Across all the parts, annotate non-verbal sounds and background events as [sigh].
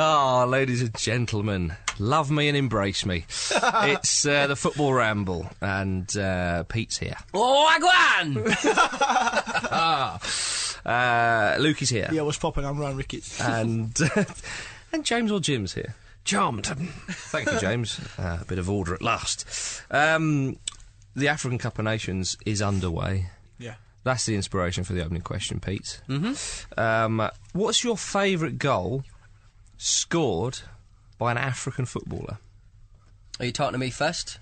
Ah, ladies and gentlemen, love me and embrace me. it's uh, the football ramble, and uh, Pete's here. Oh, Agwan! [laughs] ah, uh, Luke is here, Yeah, what's popping? I'm Ryan Ricketts. and [laughs] and James or Jim's here. Charmed. Thank you, James. Uh, a bit of order at last. Um, the African Cup of Nations is underway. Yeah. That's the inspiration for the opening question, Pete. Mm-hmm. Um, what's your favourite goal scored by an African footballer? Are you talking to me first?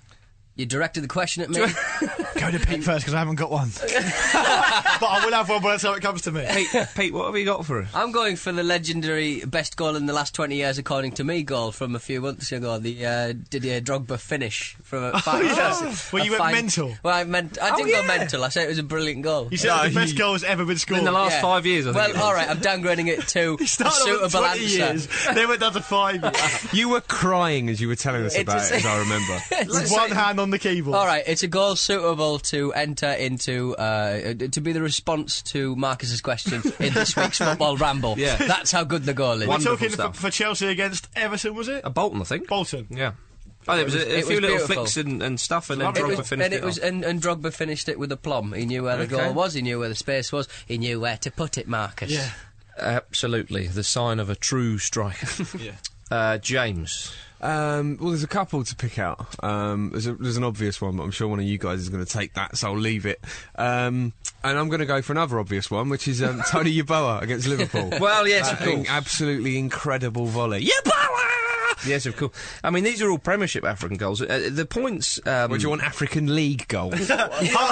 You directed the question at me. [laughs] Go to Pete first because I haven't got one. but I will have one by the time it comes [laughs] to me. [laughs] Pete, Pete, what have you got for us? [laughs] I'm going for the legendary best goal in the last 20 years, according to me, goal from a few months ago. The uh, Didier Drogba finish from a. fi- Oh, yes. a Well, you went fine- mental. Well, I meant. I Oh, didn't yeah. go mental. I said it was a brilliant goal. You said it was the best goal that's ever been scored. In the last Yeah. five years, I think. well, it was. all right, I'm downgrading it [laughs] to He [laughs] a started off with suitable 20 answer. [laughs] years, then went down to five years. You were crying as you were telling us It about is- it, as I [laughs] remember. with one hand on the keyboard. All right, it's a goal suitable to enter into uh, to be the response to Marcus's question in [laughs] this week's football ramble. Yeah. that's how good the goal is. We're Wonderful talking for, stuff. for Chelsea against Everton, was it? Uh, Bolton, I think. Bolton. Yeah. Oh, there was a, a It was few little beautiful. flicks and, and stuff, and then It Drogba was- finished and it. was off. and, and Drogba finished it with aplomb. He knew where the Okay. goal was. He knew where the space was. He knew where to put it, Marcus. Yeah. Absolutely, the sign of a true [laughs] striker. Yeah. uh, James, um, well, there's a couple to pick out. Um, there's, a, there's an obvious one, but I'm sure one of you guys is going to take that, so I'll leave it. Um, and I'm going to go for another obvious one, which [laughs] is um, Tony Yeboah against Liverpool. Well, yes, of That in- course. absolutely incredible volley. Yeboah! yes, of course. I mean, these are all Premiership African goals. Uh, the points. Um, Or do you want African League [laughs] goals? Hearts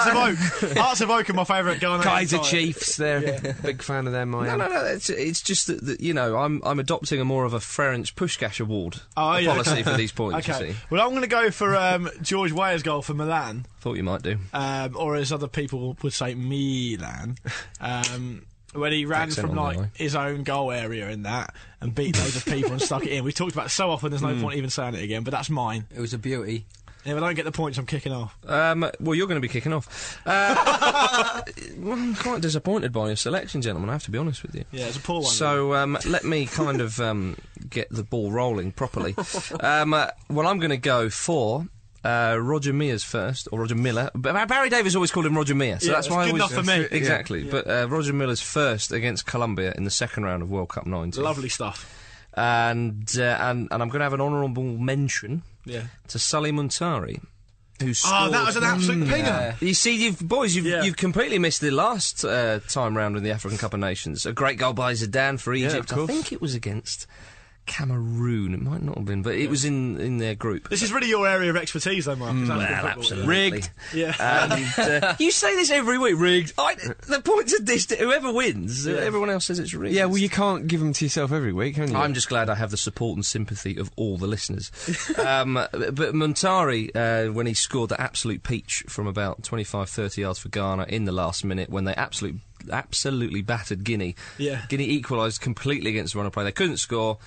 of Oak. Hearts of Oak are my favourite goal. Kaiser Chiefs, they're a big fan of them. I No, am. no, no. It's, it's just that, that you know I'm I'm adopting a more of a Ferenc Pushkash award Oh, a yeah. policy for these points. [laughs] You Okay. see, Well, I'm going to go for um, George Weah's goal for Milan, thought you might do. um, or as other people would say, Milan, um, when he ran Accent from on like there, his own goal area in that and beat loads [laughs] of people and stuck it in. We talked about it so often, there's Hmm. no point even saying it again. But that's mine. It was a beauty. And if I don't get the points, I'm kicking off. Um, well, you're going to be kicking off. Uh, [laughs] well, I'm quite disappointed by your selection, gentlemen. I have to be honest with you. Yeah, it's a poor one. So um, let me kind of um, get the ball rolling properly. Um, uh, well, I'm going to go for uh, Roger Mears first, or Roger Miller. But Barry Davis always called him Roger Mears, so Yeah, that's it's why good I always enough for me. exactly. But uh, Roger Miller's first against Colombia in the second round of World Cup 90, lovely stuff. and uh, and and I'm going to have an honourable mention Yeah. to Sully Montari, who Oh, scored. that was an Hmm. absolute pinger. You see, you've boys, you've Yeah. you've completely missed the last uh, time round in the African Cup of Nations. A great goal by Zidane for Egypt. I think it was against Cameroon. It might not have been, but it was in in their group. This is really your area of expertise, though, Mark. Rigged. [laughs] Yeah. And, Hmm. uh, [laughs] you say this every week, rigged. I, the points are distant. Whoever wins, uh everyone else says it's rigged. Yeah, well, you can't give them to yourself every week, can you? I'm just glad I have the support and sympathy of all the [laughs] listeners. um, but Montari, uh, when he scored the absolute peach from about 25, 30 yards for Ghana in the last minute, when they absolute, absolutely battered Guinea, Yeah. Guinea equalised completely against the run of play. They couldn't score.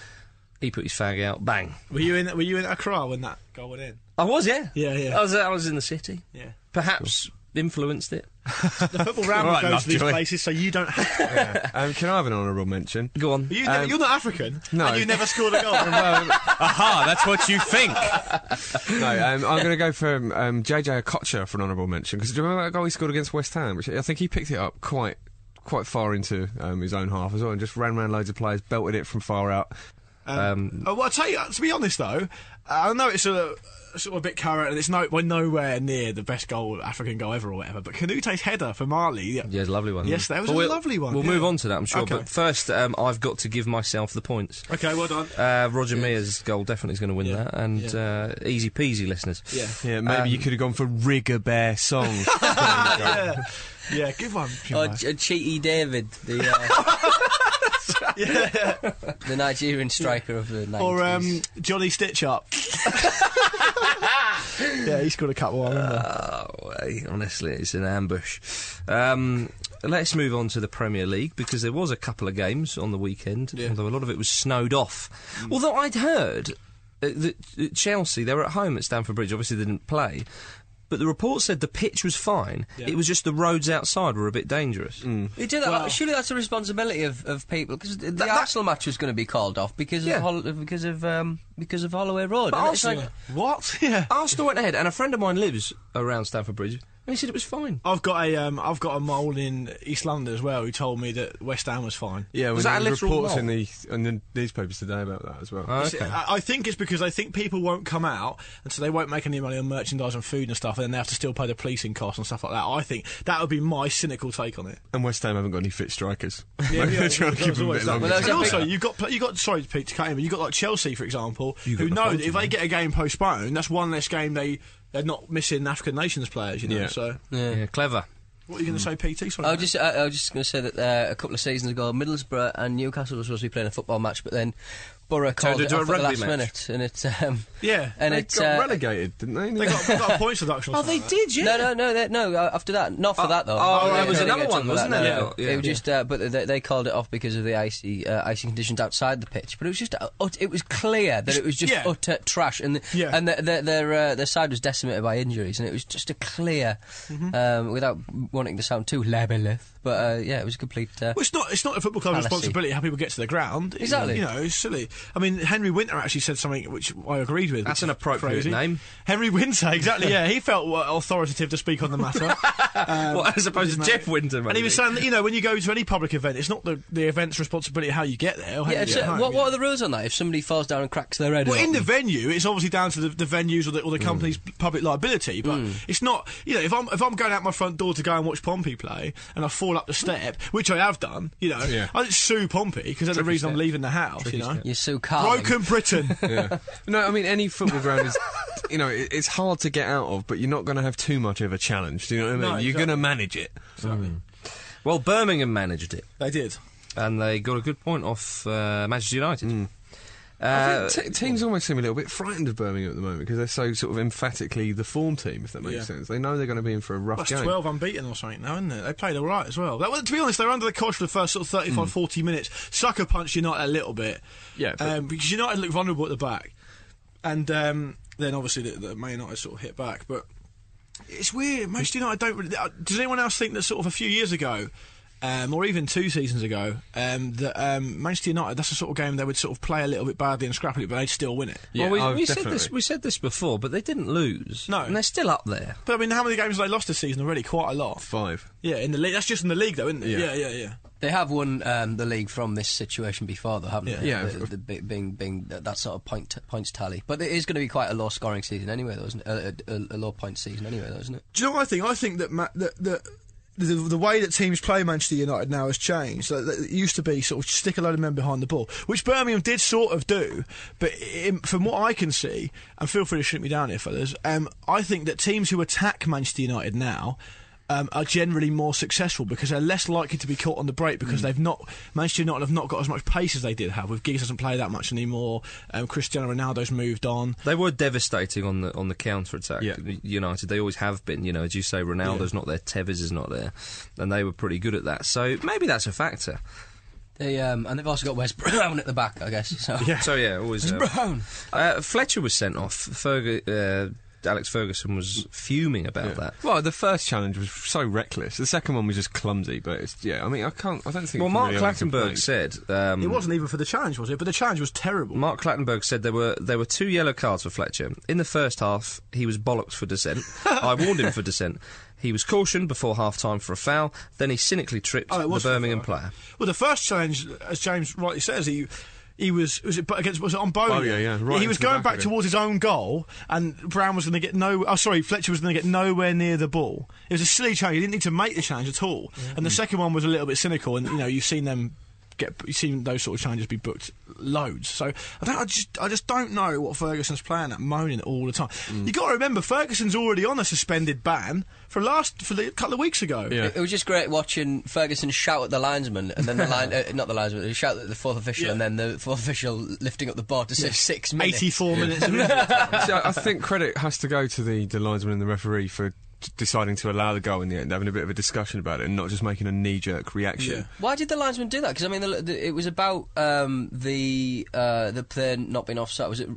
He put his fag out. Bang. Were you in? Were you in Accra when that goal went in? I was, yeah. Yeah, yeah. I was, I was in the city. Yeah. Perhaps influenced it. The [laughs] football round Alright, goes to these Lovejoy. places, so you don't. Have to. um, can I have an honourable mention? Go on. You never, you're not African, no. and you never scored [laughs] a goal. Well, aha, that's what you think. [laughs] no, um, I'm going to go for um, JJ Okocha for an honourable mention because do you remember that goal he scored against West Ham? Which I think he picked it up quite quite far into um, his own half as well and just ran round loads of players, belted it from far out. Um, Oh, well, I tell you, to be honest though, I know it's a sort of a bit current and it's no we're nowhere near the best goal African goal ever or whatever. But Canute's header for Marley, yeah, yeah, it's a lovely one. Yes, that was But a we'll- lovely one, We'll yeah. move on to that, I'm sure. Okay. But first, um, I've got to give myself the points. Okay, well done. Uh, Roger Mears' goal definitely is going to win that, and Uh, easy peasy, listeners. Yeah. Yeah, maybe you could have gone for Rigger Bear Song. yeah, yeah, good one. Or Puma. Ch- Cheaty David, the uh, [laughs] the Nigerian striker of the 90s. Or um, Johnny Stitch [laughs] up. [laughs] yeah, he scored a couple. I remember. Uh, Oh, eh, honestly, it's an ambush. Um, let's move on to the Premier League because there was a couple of games on the weekend, although a lot of it was snowed off. Although I'd heard uh, that uh, Chelsea, they were at home at Stamford Bridge, obviously they didn't play. But the report said the pitch was fine. It was just the roads outside were a bit dangerous. [laughs] You do that. Surely that's a responsibility of, of people because the that- Arsenal match was going to be called off because Yeah. of Hol- because of um, because of Holloway Road. But and it's Arsenal- like- What? [laughs] Yeah. Arsenal went ahead, and a friend of mine lives around Stamford Bridge, and he said it was fine. I've got a um, I've got a mole in East London as well who told me that West Ham was fine. yeah, Was when that a there were literal reports mole? in the in the newspapers today about that as well. See, I, I think it's because I think people won't come out, and so they won't make any money on merchandise and food and stuff, and then they have to still pay the policing costs and stuff like that. I think that would be my cynical take [laughs] on it. And West Ham haven't got any fit strikers. Yeah, [laughs] Maybe yeah, they're trying to that keep was them a always bit that. longer. Well, that was And a big- also, you got pl- you got sorry to Pete to cut in, but you got like Chelsea for example, who got know the that if they get a game postponed, that's one less game they they're not missing African nations players. You know, Yeah. so yeah, clever. what are you going to say, PT? Sorry, I mate. was just I, I was just going to say that uh, a couple of seasons ago, Middlesbrough and Newcastle were supposed to be playing a football match, but then Borough called Turned it into a off at the rugby last match. minute, and it's um, Yeah, and they it's got uh, relegated, didn't they? they got, they got a points deduction. Or Oh, they something like that. did, yeah. No, no, no, that, no. uh, After that, not for that though. oh, They- there they was didn't another get one, trouble for wasn't that, there? no. Yeah. It was just, uh, but they, they called it off because of the icy, uh, icy conditions outside the pitch. But it was just, uh, ut- it was clear that it was just Yeah. utter trash, and the, Yeah. and the, the, their uh, their side was decimated by injuries, and it was just a clear, Mm-hmm. um, without wanting to sound too libelous, but uh, yeah, it was a complete. Uh, Well, it's not it's not a football club's Fallacy. responsibility how people get to the ground. It- Exactly. you know, it's silly. I mean, Henry Winter actually said something which I agreed with. That's which an is appropriate crazy. name. Henry Winter. Exactly. Yeah, he felt uh, authoritative to speak on [laughs] the matter. Um, Well, as opposed to his Jeff name- Winter, And he was maybe. saying that you know when you go to any public event, it's not the, the event's responsibility how you get there. Or how yeah, you so get home, what, you what know. are the rules on that? If somebody falls down and cracks their head, Well, in open? the venue, it's obviously down to the, the venues or the, or Mm. the company's public liability. But it's not, you know, if I'm if I'm going out my front door to go and watch Pompey play and I fall up the step, which I have done, you know, Yeah. I didn't sue Pompey because that's the reason I'm leaving the house. you know, you sue Carling. broken Britain. [laughs] Yeah. No, I mean any [laughs] football ground is, you know, it, it's hard to get out of, but you're not going to have too much of a challenge. Do you know what I mean? No, you're going to manage it. Well, Birmingham managed it, they did. and they got a good point off uh, Manchester United. I Uh, think te- teams almost seem a little bit frightened of Birmingham at the moment because they're so sort of emphatically the form team, if that makes Yeah. sense. They know they're going to be in for a rough That's game. 12 unbeaten or something now, isn't it? They played all right as well. That, well, to be honest, they were under the cosh for the first sort of 35, 40 minutes. Sucker punched United a little bit. Hmm. Yeah, but- Um, because United looked vulnerable at the back. And um, then obviously the, the Man United sort of hit back. But it's weird. Manchester United don't really. uh, Does anyone else think that sort of a few years ago. Um, or even two seasons ago, um, that um, Manchester United—that's the sort of game they would sort of play a little bit badly and scrap it, but they'd still win it. Yeah, well, oh, we, we said this. definitely. We said this before, but they didn't lose. No. and they're still up there. But I mean, how many games have they lost this season already? Quite a lot. Five. Yeah, in the league. That's just in the league, though, isn't it? yeah, Yeah. yeah. yeah. They have won um, the league from this situation before, though, haven't they? Yeah. the, the, bi- being being that, that sort of point points tally. But it is going to be quite a low scoring season anyway, though, isn't it? A, a, a low point season anyway, though, isn't it? Do you know what I think? I think that ma- that, that the, the way that teams play Manchester United now has changed. Like, that it used to be sort of stick a load of men behind the ball, which Birmingham did sort of do. But in, from what I can see, and feel free to shoot me down here, fellas, um, I think that teams who attack Manchester United now. Um, are generally more successful because they're less likely to be caught on the break because they've not Manchester United have not got as much pace as they did have. With Giggs doesn't play that much anymore. Um, Cristiano Ronaldo's moved on. They were devastating on the on the counter attack. Yeah. United, they always have been. You know, as you say, Ronaldo's not there, Tevez is not there, and they were pretty good at that. So maybe that's a factor. They um, and they've also got West Brown [laughs] at the back, I guess. [laughs] So yeah. So yeah, always. uh, Brown. uh, Fletcher was sent off. Ferg- uh, Alex Ferguson was fuming about that. Well, the first challenge was so reckless. The second one was just clumsy, but it's, yeah, I mean, I can't, I don't think. Well, it's Mark really ever Clattenburg complained. said um, It wasn't even for the challenge, was it? But the challenge was terrible. Mark Clattenburg said there were there were two yellow cards for Fletcher. In the first half, he was bollocked for dissent. I warned him for dissent. He was cautioned before half time for a foul. Then he cynically tripped Oh, it the was for a Birmingham foul. player. Well, the first challenge, as James rightly says, he he was was it bu- against was it on Bowyer? Bowyer, yeah, right he was into the going back back of it. towards his own goal, and Brown was going to get no. Oh, sorry, Fletcher was going to get nowhere near the ball. It was a silly change. He didn't need to make the change at all. And the second one was a little bit cynical, and you know you've seen them. Get, you've seen those sort of changes be booked loads, so I don't. I just, I just don't know what Ferguson's playing at, moaning all the time. Mm. You got to remember, Ferguson's already on a suspended ban for last for the, a couple of weeks ago. Yeah. It, it was just great watching Ferguson shout at the linesman, and then [laughs] the line, uh, not the linesman, he shout at the fourth official, and then the fourth official lifting up the bar to say six minutes. eighty-four minutes. of injury time. So I think credit has to go to the, the linesman and the referee for t- deciding to allow the goal in the end, having a bit of a discussion about it, and not just making a knee jerk reaction. Why did the linesman do that? Because I mean, the, the, it was about um, the uh, the player not being offside. Was it?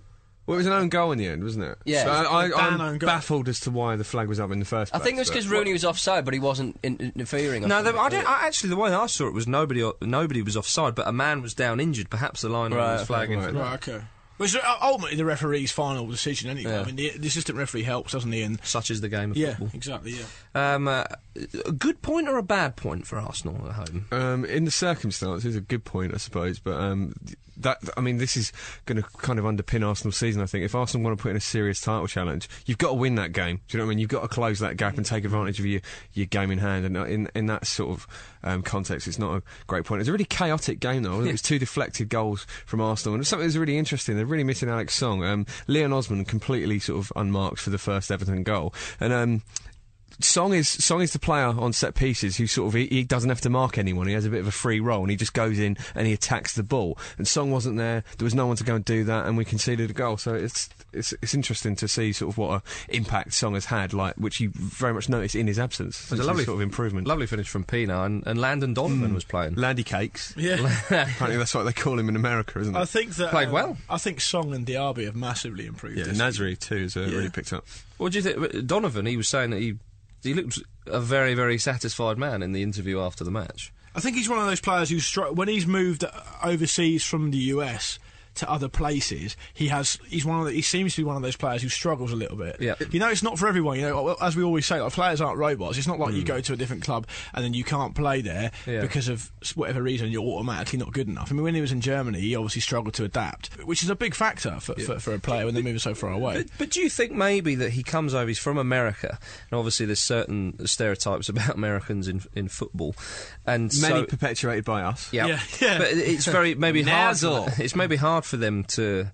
Well, it was an own goal in the end, wasn't it? Yeah, So it was I, a I, damn I'm own goal. baffled as to why the flag was up in the first I place. think it was but- because Rooney was offside, but he wasn't in- interfering. or No, something. the, I don't. I, actually, the way I saw it was nobody. Nobody was offside, but a man was down injured. Perhaps the line Right, was flagging. right. Right, okay. Which is ultimately the referee's final decision, anyway. I mean, the, the assistant referee helps, doesn't he? And Such is the game of yeah, football. exactly. Yeah. Um, uh, a good point or a bad point for Arsenal at home? Um, in the circumstances, a good point, I suppose. But um, th- that, I mean, this is going to kind of underpin Arsenal's season. I think if Arsenal want to put in a serious title challenge, you've got to win that game. Do you know what I mean? You've got to close that gap and take advantage of your, your game in hand. And uh, in in that sort of um, context, it's not a great point. It's a really chaotic game though. wasn't It It was two deflected goals from Arsenal, and something that was really interesting. They're really missing Alex Song. Um, Leon Osman completely sort of unmarked for the first Everton goal, and. Um, Song is Song is the player on set pieces who sort of he, he doesn't have to mark anyone. He has a bit of a free role and he just goes in and he attacks the ball. And Song wasn't there. There was no one to go and do that, and we conceded a goal. So it's it's it's interesting to see sort of what a impact Song has had, like which you very much notice in his absence. It's a lovely- sort of improvement. Lovely finish from Pina and, and Landon Donovan was playing. Landy cakes. Yeah. [laughs] Apparently that's what they call him in America, isn't I it? think that Played um, well. I think Song and Diaby have massively improved. Yeah, this. Nasri too is uh, Yeah. really picked up. What do you think, uh, Donovan? He was saying that he he looked a very very satisfied man in the interview after the match. I think he's one of those players who, str- when he's moved uh, overseas from the US to other places, he has he's one of the, he seems to be one of those players who struggles a little bit. Yeah. you know, it's not for everyone. You know, as we always say, like players aren't robots. It's not like you go to a different club and then you can't play there Mm. Yeah. because of s- whatever reason you're automatically not good enough. I mean, when he was in Germany, he obviously struggled to adapt, which is a big factor for, for, for a player when they're moving so far away. But, but do you think maybe that he comes over? He's from America, and obviously there's certain stereotypes [laughs] about Americans in in football, and Many so, perpetuated by us. Yeah. Yeah, [laughs] yeah. But it- it's very maybe hard. For, Nozzle. it's maybe hard for them to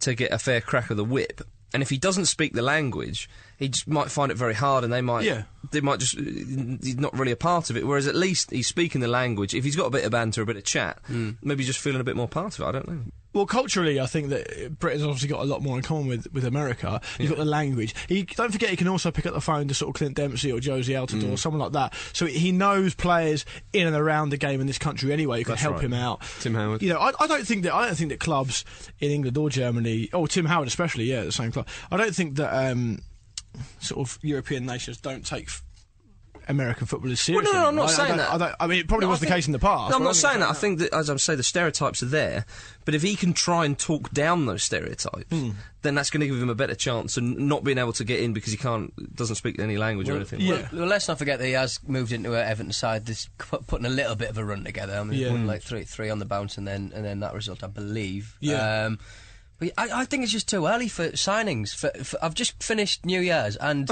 to get a fair crack of the whip. And if he doesn't speak the language, he just might find it very hard, and they might Yeah. they might just he's not really a part of it. Whereas at least he's speaking the language. If he's got a bit of banter, a bit of chat, Hmm. maybe just feeling a bit more part of it. I don't know. Well, culturally, I think that Britain's obviously got a lot more in common with, with America. You've got the language. He, don't forget, he can also pick up the phone to sort of Clint Dempsey or Josie Altidore Mm. or someone like that. So he knows players in and around the game in this country anyway. who can help him out. Tim Howard. You know, I, I don't think that I don't think that clubs in England or Germany or Tim Howard especially, yeah, the same club. I don't think that um, sort of European nations don't take. f- American football is Well, seriously. no, no, I'm not I- I saying don't- that. I, don't- I mean, it probably No, I was the think- case in the past. No, I'm but I not think- saying that. I think that, as I say, the stereotypes are there. But if he can try and talk down those stereotypes, Hmm. then that's going to give him a better chance of n- not being able to get in because he can't doesn't speak any language or anything. yeah. like Well, well, let's not forget that he has moved into an Everton side that's pu- putting a little bit of a run together. I mean, he's Yeah. won like three, three on the bounce, and then and then that result, I believe. Yeah. Um, but I, I think it's just too early for signings. For, for, I've just finished New Year's, [laughs] and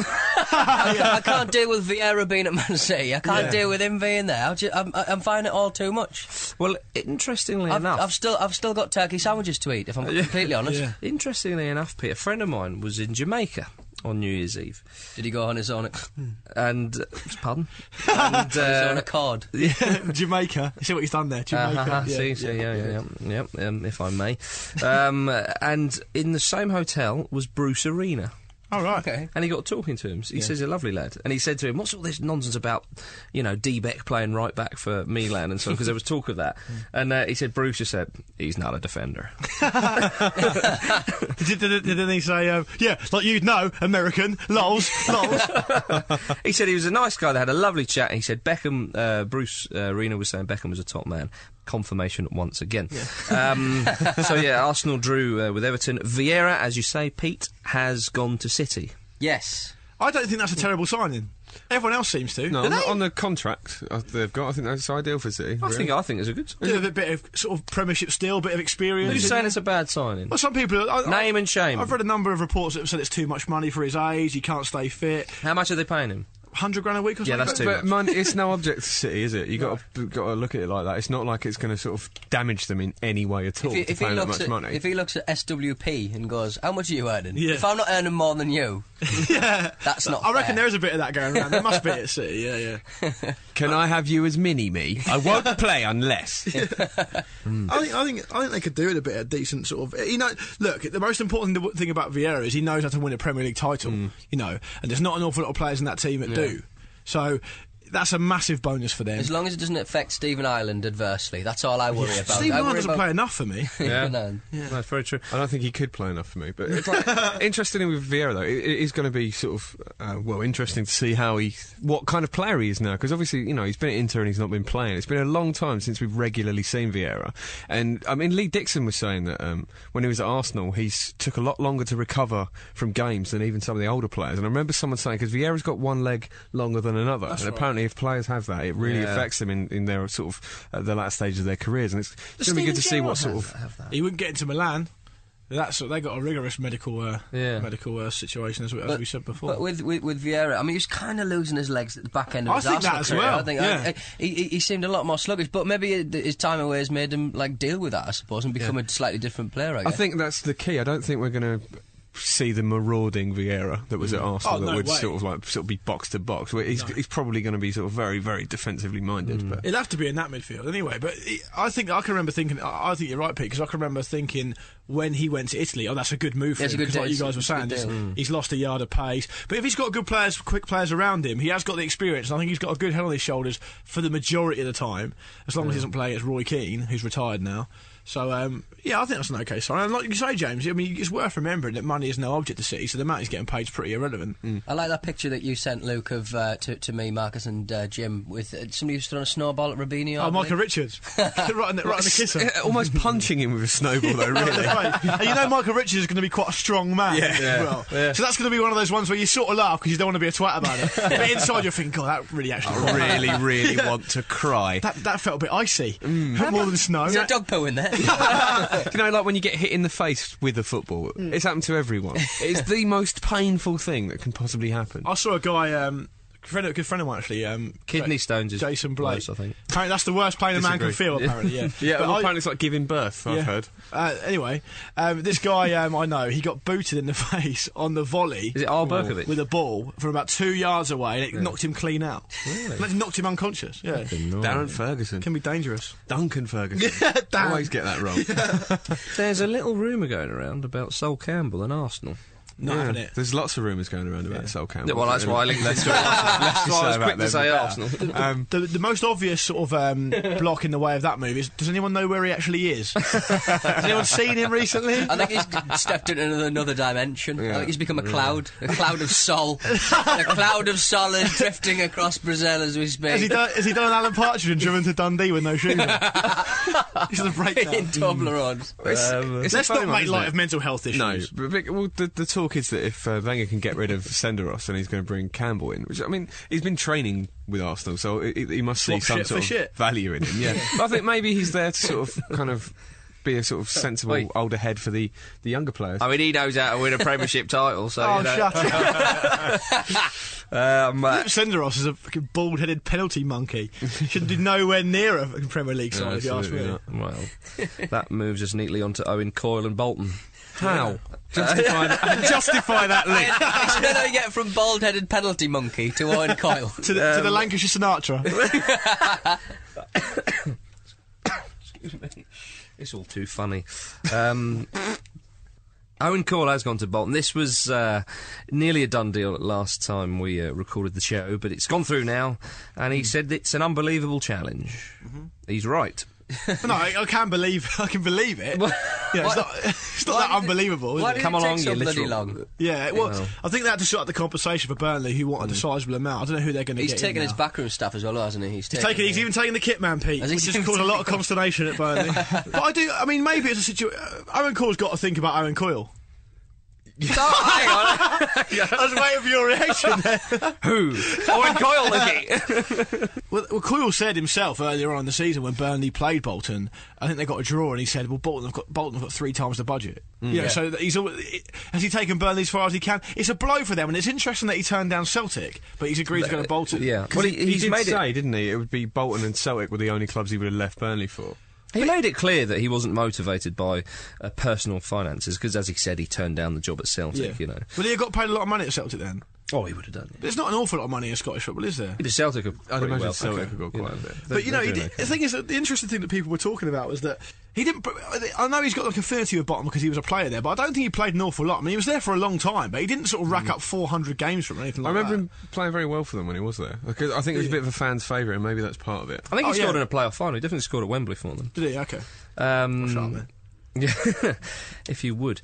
I, I can't deal with Vieira being at Man City. I can't deal with him being there. I ju- I'm, I'm finding it all too much. that. Well, interestingly I've, enough, I've still I've still got turkey sandwiches to eat. If I'm completely [laughs] honest, Yeah. interestingly enough, Pete, a friend of mine was in Jamaica on New Year's Eve, did he go on his own [laughs] and pardon, [laughs] and his uh, own accord? [laughs] Jamaica. See what he's done there. Jamaica. Uh-huh, Yeah. see, see, yeah, yeah, yeah, yeah, um, if I may, um, [laughs] and in the same hotel was Bruce Arena. All right. Okay. And he got talking to him. He says, "A lovely lad." And he said to him, "What's all this nonsense about, you know, Debeck playing right back for Milan and so?" Because there was talk of that. And uh, he said, "Bruce just said he's not a defender." [laughs] Did, did, did, did he say, um, yeah, like you'd know, American, [laughs] lols, lols. he said he was a nice guy. They had a lovely chat. And he said Beckham, uh, Bruce uh, Arena was saying Beckham was a top man. Confirmation once again. Um, so yeah, Arsenal drew uh, with Everton. Vieira, as you say, Pete has gone to City. Yes. I don't think that's a terrible signing. Everyone else seems to. No, Do on they? the, on the contract uh, they've got, I think that's ideal for City. I think I think it's a good. Do a bit of sort of Premiership still, bit of experience. Who's saying it's a bad signing? Well, some people I, Name I, and shame. I've read a number of reports that have said it's too much money for his age. He can't stay fit. How much are they paying him? Hundred grand a week or Yeah, something. that's too But- but much. [laughs] man, it's no object to City, is it? You got to got to look at it like that. It's not like it's going to sort of damage them in any way at all. If he, to if, he pay that looks much at, money. if he looks at SWP and goes, "How much are you earning?" Yeah. If I'm not earning more than you, [laughs] yeah, That's not I reckon fair. there is a bit of that going around. There [laughs] must be at City. Yeah, yeah. Can I have you as mini me? I won't [laughs] play unless. I think I think I think they could do it a bit of decent sort of. You know, look, the most important th- thing about Vieira is he knows how to win a Premier League title. You know, and there's not an awful lot of players in that team that do. So that's a massive bonus for them. as long as it doesn't affect Stephen Ireland adversely, that's all I worry about. Steve I worry Martin doesn't about- play enough for me. Yeah. No. That's very true. I don't think he could play enough for me. But [laughs] it's like, interestingly with Vieira though, it, it is going to be sort of uh, well interesting to see how he, what kind of player he is now. Because obviously, you know, he's been at Inter and he's not been playing. It's been a long time since we've regularly seen Vieira. And I mean, Lee Dixon was saying that um, when he was at Arsenal, he s- took a lot longer to recover from games than even some of the older players. And I remember someone saying because Vieira's got one leg longer than another, and apparently if players have that, it really Yeah. affects them in, in their sort of uh, the last stage of their careers. And it's going to be Steven good to see what sort Gerrard of. have- have that? He wouldn't get into Milan. That's they got a rigorous medical uh, Yeah. medical uh, situation as we, as we said before. But with, with with Vieira, I mean, he was kind of losing his legs at the back end of I his think Arsenal that as career. well, I think yeah. I- I- he, he- he seemed a lot more sluggish, but maybe it- his time away has made him like deal with that, I suppose, and become a slightly different player. I, I guess. think that's the key. I don't think we're going to see the marauding Vieira that was at Arsenal Oh, that no would way. sort of like sort of be box to box. Where he's, he's probably going to be sort of very very defensively minded. But [laughs] It'll have to be in that midfield anyway. But he- I think I can remember thinking. I I think you're right, Pete, because I can remember thinking when he went to Italy, oh, that's a good move for Yeah, it's him. a good Because like deal, you guys it's were a saying, good Mm. he's, deal. he's lost a yard of pace. But if he's got good players, quick players around him, he has got the experience. And I think he's got a good head on his shoulders for the majority of the time, as long as he doesn't play against Roy Keane, who's retired now. So um, yeah, I think that's an okay sign. And like you say, James, I mean, it's worth remembering that money is no object to City, so the amount he's getting paid is pretty irrelevant. I like that picture that you sent, Luke, of uh, to, to me, Marcus, and uh, Jim, with uh, somebody who's throwing a snowball at Robinho. I Oh, Michael believe. [laughs] Richards, [laughs] right on the, right on the kisser. almost punching him with a [laughs] snowball though. Right, Really, that's [laughs] right. and you know Michael Richards is going to be quite a strong man. Yeah. as Yeah. well. So that's going to be one of those ones where you sort of laugh because you don't want to be a twat about [laughs] it, but inside you're thinking, God, that really actually. I Oh, really really want to cry. That, that felt a bit icy. Mm. More than snow. Is there a dog poo in there? Do you know, like when you get hit in the face with a football, Mm. it's happened [laughs] to everyone. It's the most painful thing that can possibly happen. I saw a guy, um, a friend, a good friend of mine actually. Um, Kidney J- stones is Jason Blake. worse, I think. Apparently, that's the worst pain a man can Disagree. feel. Apparently, yeah. [laughs] Yeah, But well, I- apparently it's like giving birth. I've Yeah. heard. Uh, anyway, um, this guy um, I know, he got booted in the [laughs] face on the volley. Is it Al Berkovic? With a ball from about two yards away, and it knocked him clean out. Really? knocked him unconscious. Yeah, Darren Ferguson, can be dangerous. [laughs] Duncan Ferguson. Dan. Always get that wrong. There's a little rumour going around about Sol Campbell and Arsenal. Not Yeah, having it. There's lots of rumours going around about Sol Campbell. well, [laughs] that's why I linked those two. that's why I was quick to say Arsenal. [laughs] Um, The, the most obvious sort of um, block in the way of that move is does anyone know where he actually [laughs] is? Has anyone seen him recently? I think he's stepped into another, another dimension. I think he's become a cloud, a cloud of sol, a cloud of sol is drifting across Brazil as we speak. Has he, done, has he done an Alan Partridge and driven to Dundee with no shoes [laughs] on? He's a [laughs] in breakdown. Mm. Toblerone. it's, it's a Um, Let's funny not one, make isn't light it? of mental health No, issues. but, but- well, the, the talk is that if uh, Wenger can get rid of Senderos, then he's going to bring Campbell in. Which I mean, he's been training with Arsenal, so i- i- he must see Swap some shit sort for of shit. value in him. Yeah, but I think maybe he's there to sort of kind of be a sort of sensible Wait. older head for the, the younger players. I mean, he knows how to win a Premiership title, so. Oh, you know. shut [laughs] up. Um, uh, Senderos is a fucking bald headed penalty monkey. Should be nowhere near a fucking Premier League side, No, if you ask me. absolutely not. well, that moves us neatly on to Owen Coyle and Bolton. How justify that, justify that link? Explain how you get from bald-headed penalty monkey to [laughs] Owen Coyle. To the, Um, to the Lancashire [laughs] Sinatra. It's all too funny. Um, [laughs] Owen Call has gone to Bolton. This was uh, nearly a done deal last time we uh, recorded the show, but it's gone through now, and Hmm. he said it's an unbelievable challenge. Mm-hmm. He's right. no, I, I can believe [laughs] I can believe it. Yeah, it's Why- not, [laughs] it's not why that did it- unbelievable. is why it? did Come it take along, so you bloody literal- long? Yeah, well, I think that just shut up the conversation for Burnley, who wanted a sizable amount. I don't know who they're going to get. Mm. He's in taken his now. backroom staff as well, hasn't he? He's He's taken. taken. [laughs] He's even taken the kit man, Pete, Has which he has even caused a lot of taken- consternation at [laughs] uh, Burnley. but I do. I mean, maybe it's a situation. Owen Coyle's got to think about Owen Coyle. Oh, hang on. I was waiting for your [laughs] reaction there. Who? Oh, Owen Coyle, Nicky. [laughs] Well, well, Coyle said himself earlier on in the season when Burnley played Bolton, I think they got a draw, and he said, "Well, Bolton have got Bolton have got three times the budget." Mm, You know, so that he's al- has he taken Burnley as far as he can. It's a blow for them, and it's interesting that he turned down Celtic, but he's agreed to go to Bolton. Uh, yeah. 'Cause Well, he, he- he he's did made it- say, didn't he? It would be Bolton and Celtic were the only clubs he would have left Burnley for. He made it clear that he wasn't motivated by uh, personal finances because, as he said, he turned down the job at Celtic. You know. But he got paid a lot of money at Celtic then. Oh, he would have done it. But it's not an awful lot of money in Scottish football, is there? But Celtic have I'd pretty imagine well- Celtic okay, have got you quite know. a bit. But you know, he They're did, doing the thing is, that the interesting thing that people were talking about was that he didn't. uh, I know he's got like affinity with Bottom because he was a player there, but I don't think he played an awful lot. I mean, he was there for a long time, but he didn't sort of rack up 400 games from anything Mm. I like remember that. him playing very well for them when he was there. Like, I think it was a bit of a fan's favourite, and maybe that's part of it. I think he Oh, scored yeah. in a playoff final. He definitely scored at Wembley for them. Did he? Okay. Mm. Sharp, Um, man. [laughs] yeah, if you would,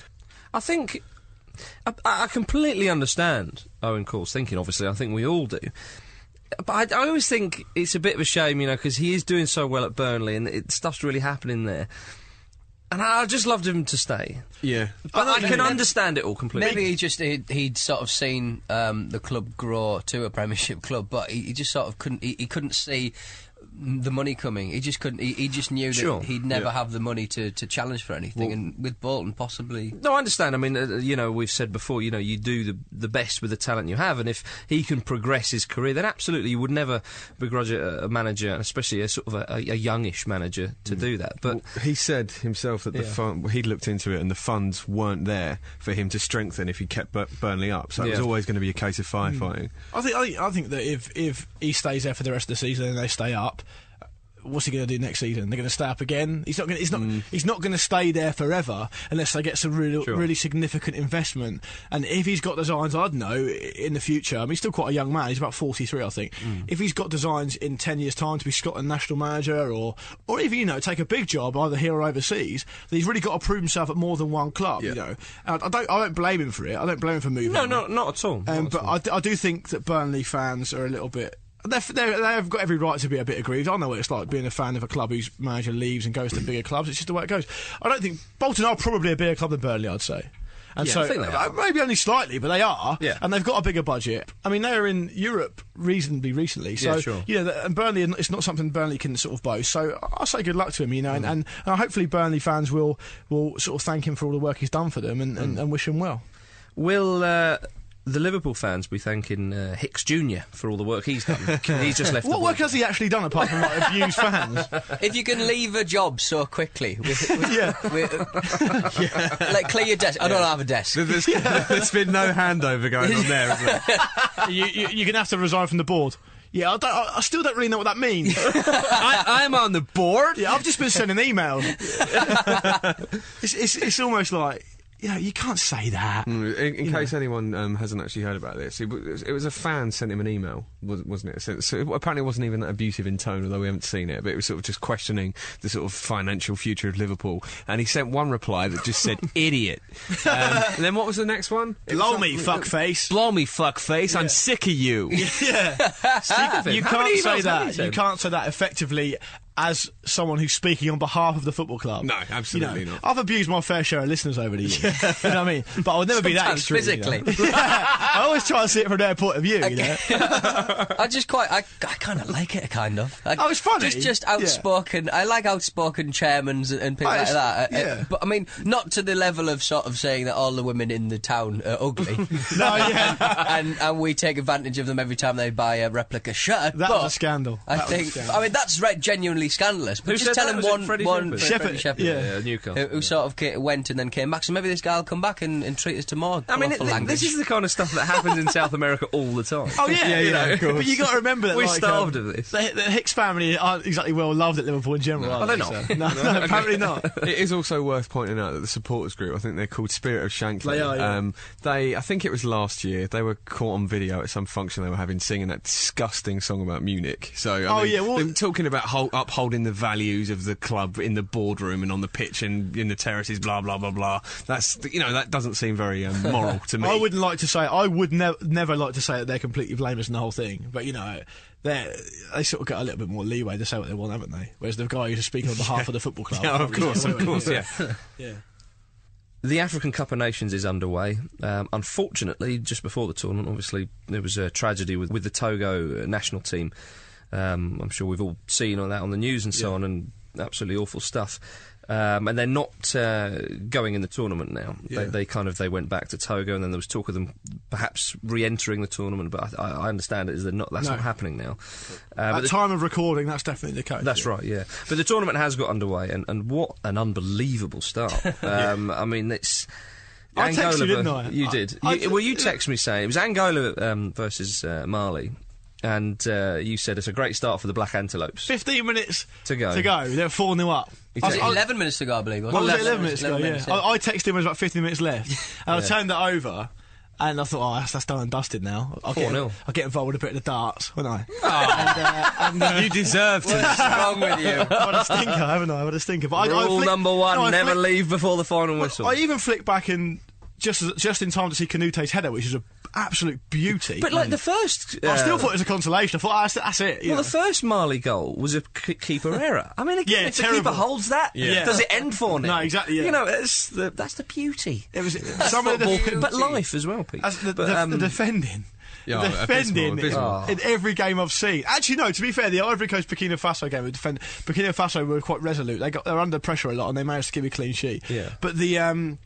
I think I, I completely understand Owen Cole's thinking. Obviously, I think we all do. But I, I always think it's a bit of a shame, you know, because he is doing so well at Burnley and it, stuff's really happening there. And I, I'd just loved him to stay. Yeah. But I can understand it all completely. Maybe he just he'd, he'd sort of seen um, the club grow to a Premiership [laughs] club, but he, he just sort of couldn't. He, he couldn't see the money coming. He just couldn't. He, he just knew that Sure. he'd never have the money to, to challenge for anything. and with [laughs] Bolton, possibly. No, I understand. I mean, uh, you know, we've said before, you know, you do the the best with the talent you have, and if he can progress his career, then absolutely, you would never begrudge a, a manager, and especially a sort of a, a, a youngish manager, to do that. But He said himself that the Yeah. fund he looked into it and the funds weren't there for him to strengthen if he kept Bur- Burnley up. So it was Yeah. Mm. always going to be a case of firefighting. I think, I think I think that if if he stays there for the rest of the season and they stay up, uh, what's he going to do next season? They're going to stay up again. He's not going. He's not. Mm. He's not going to stay there forever unless they get some really really significant investment. And if he's got designs, I'd know in the future. I mean, he's still quite a young man. He's about forty three, I think. Mm. If he's got designs in ten years' time to be Scotland national manager, or or even you know take a big job either here or overseas, then he's really got to prove himself at more than one club. You know, and I don't. I don't blame him for it. I don't blame him for moving. no, on. no, not at all. Not Um, at but all. I, d- I do think that Burnley fans are a little bit. They're, f- they're, they've got every right to be a bit aggrieved. I know what it's like being a fan of a club whose manager leaves and goes to bigger clubs. It's just the way it goes. I don't think Bolton are probably a bigger club than Burnley. I'd say. And Yeah, so I think they uh, are. maybe only slightly, but they are. Yeah. And they've got a bigger budget. I mean, they were in Europe reasonably recently. So, Yeah, sure. you know, th- and Burnley, it's not something Burnley can sort of boast. So I- I'll say good luck to him, you know, Mm. and, and, and hopefully Burnley fans will, will sort of thank him for all the work he's done for them and, Mm. and, and wish him well. Will uh, the Liverpool fans be thanking uh, Hicks Jr. for all the work he's done? he's just left. the What work board. has he actually done apart from like abuse fans? If you can leave a job so quickly, with, with, Yeah. [laughs] with- [laughs] like clear your desk. I don't have a desk. There- There's, [laughs] there's been no handover going on there, is there? [laughs] you, you, you're gonna have to resign from the board. Yeah, I, don't, I, I still don't really know what that [laughs] means. I, I'm on the board. yeah, I've just been sending [laughs] emails. it's, it's, it's almost like you know you can't say that. Mm, In, in case anyone um, hasn't actually heard about this, it was, it was a fan sent him an email, was- wasn't it? So, so it- apparently, it wasn't even that abusive in tone, although we haven't seen it. But it was sort of just questioning the sort of financial future of Liverpool. And he sent one reply that just said [laughs] "idiot." Um, and then what was the next one? It was Blow some- me, fuckface. Blow me, fuckface! I'm sick of you. Steve, You how can't many emails say have he that. You sent? can't say that effectively as someone who's speaking on behalf of the football club. No, You know, absolutely not. I've abused my fair share of listeners over the years. you know what I mean? But I would never be that Sometimes extreme. you know. physically. Yeah, [laughs] I always try to see it from their point of view. You know? I just quite, I, I kind of like it, kind of. I, Oh, it's funny. Just, just Yeah. outspoken. I like outspoken chairmans and, and people Oh, like it's- that. Uh, uh, yeah. but I mean, not to the level of sort of saying that all the women in the town are ugly. [laughs] No, yeah. [laughs] and and we take advantage of them every time they buy a replica shirt. That but was a scandal. I That was a think. scandal. I mean, that's re- genuinely scandalous. But Who just said tell that? him Was it one, Freddie one Shepherd? Shepherd, Freddie Shepherd, yeah. Yeah, uh, Newcastle, who, who sort of ca- went and then came back. So maybe this guy will come back and, and treat us to more. I mean, colourful th- language. this is the kind of stuff that happens in South America all the time. Oh [laughs] yeah, Yeah, you yeah, know. of course. But you got to remember that We're like, starved of this. The, the Hicks family aren't exactly well loved at Liverpool in general. are Oh, they're they, not. so- No, no, apparently not. [laughs] it is also worth pointing out that the supporters group, I think they're called Spirit of Shankly. They are, yeah. um, they, I think it was last year, they were caught on video at some function they were having singing that disgusting song about Munich. So, I Oh, mean, yeah, well- they're talking about hol- upholding the values of the club in the boardroom and on the pitch and in the terraces, blah blah blah blah. That's you know that doesn't seem very um, moral [laughs] to me. I wouldn't like to say. I would never, never like to say that they're completely blameless in the whole thing. But you know, they they sort of got a little bit more leeway to say what they want, haven't they? Whereas the guy who's speaking on behalf of the football club, Yeah, [laughs] [laughs] of probably course, said, of "Well, course, yeah. yeah. The African Cup of Nations is underway. Um, unfortunately, just before the tournament, obviously there was a tragedy with with the Togo uh, national team. Um, I'm sure we've all seen all that on the news and so on, and absolutely awful stuff. Um, and they're not uh, going in the tournament now. They, Yeah. they kind of they went back to Togo, and then there was talk of them perhaps re-entering the tournament. But I, I understand it is they're not. That's No. not happening now. Uh, At but the- time of recording, that's definitely the case. that's right, yeah. But the tournament has got underway, and, and what an unbelievable [laughs] start. Um, I mean, it's. I texted you, Angola, didn't I? You I- did. I You- ju- well, you texted me saying it was Angola um, versus uh, Mali, and uh, you said it's a great start for the Black Antelopes. 15 minutes To go. To go. They're 4 0 up. It's I Was was- it I- 11 minutes to go, I believe. What wasn't was Oh, it? it, 11 minutes ago? 11 Yeah. Oh, minutes, I, I texted him, it was about 15 minutes left. [laughs] And I turned that over, and I thought, oh, that's, that's done and dusted now. I'll get, 4-0. I'll get involved with a bit of the darts, won't I? you deserve to. What's wrong [laughs] with you? I've had a stinker, haven't I? I've had a stinker. But I, I Rule flicked- number one: no, I never flicked- leave before the final whistle. I even flicked back and just as- just in time to see Canute's header, which is an absolute beauty. but like the first, I still uh, thought it was a consolation. I thought, ah, that's, that's it. you Well, the know. first Marley goal was a k- [laughs] keeper error. I mean, again, Yeah, if the terrible. keeper holds that, Yeah. does it end for now? No, exactly, yeah. You know, it's the, that's the beauty. it was some of the Football, [laughs] def- but life as well, Pete. as the, but, the, um, the defending. Yeah, the abysmal, defending abysmal. In, in every game I've seen. Actually, no. To be fair, the Ivory Coast Burkina Faso game, defend, Burkina Faso were quite resolute. They got they're under pressure a lot and they managed to give a clean sheet. Yeah. But the um,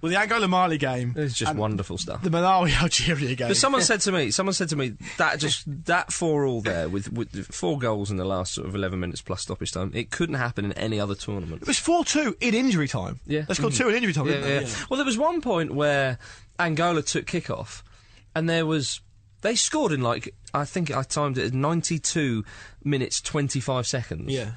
well, the Angola Mali game, it's just wonderful stuff. the Malawi [laughs] Algeria game. But someone said to me, someone said to me [laughs] that just that four all there with, with the four goals in the last sort of eleven minutes plus stoppage time, it couldn't happen in any other tournament. It was 4 2 in injury time. Yeah. Mm-hmm. They scored two in injury time, Yeah, didn't they? yeah. Well, there was one point where Angola took kick off, and there was they scored in like I think I timed it at ninety two minutes twenty five seconds. Yeah.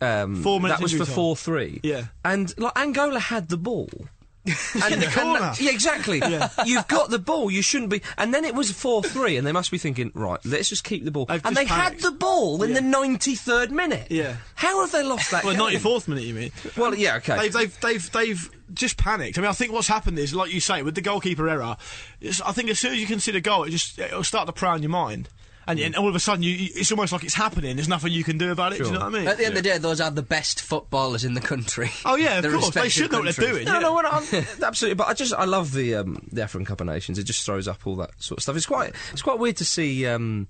Um, Four minutes That was injury for time. four three. Yeah. and like Angola had the ball. [laughs] and, In the and corner. that- yeah, exactly. You've got the ball. You shouldn't be. And then it was four three, and they must be thinking, right, let's just keep the ball. They've and just they panicked. had the ball in the ninety third minute. Yeah. How have they lost that? Well, game? 94th minute, you mean? Well, yeah, okay. They've, they've, they've, they've just panicked. I mean, I think what's happened is, like you say, with the goalkeeper error, it's, I think as soon as you can see the goal, it just it'll start to prey on your mind. And, and all of a sudden, you, you, it's almost like it's happening. There's nothing you can do about it. Do you know what I mean? At the end of the day, those are the best footballers in the country. oh, yeah, of The course. They respective should know what they're doing. countries. No, yeah. [laughs] no, well, I'm, absolutely. But I just I love the um, the African Cup of Nations. It just throws up all that sort of stuff. It's quite it's quite weird to see. Um,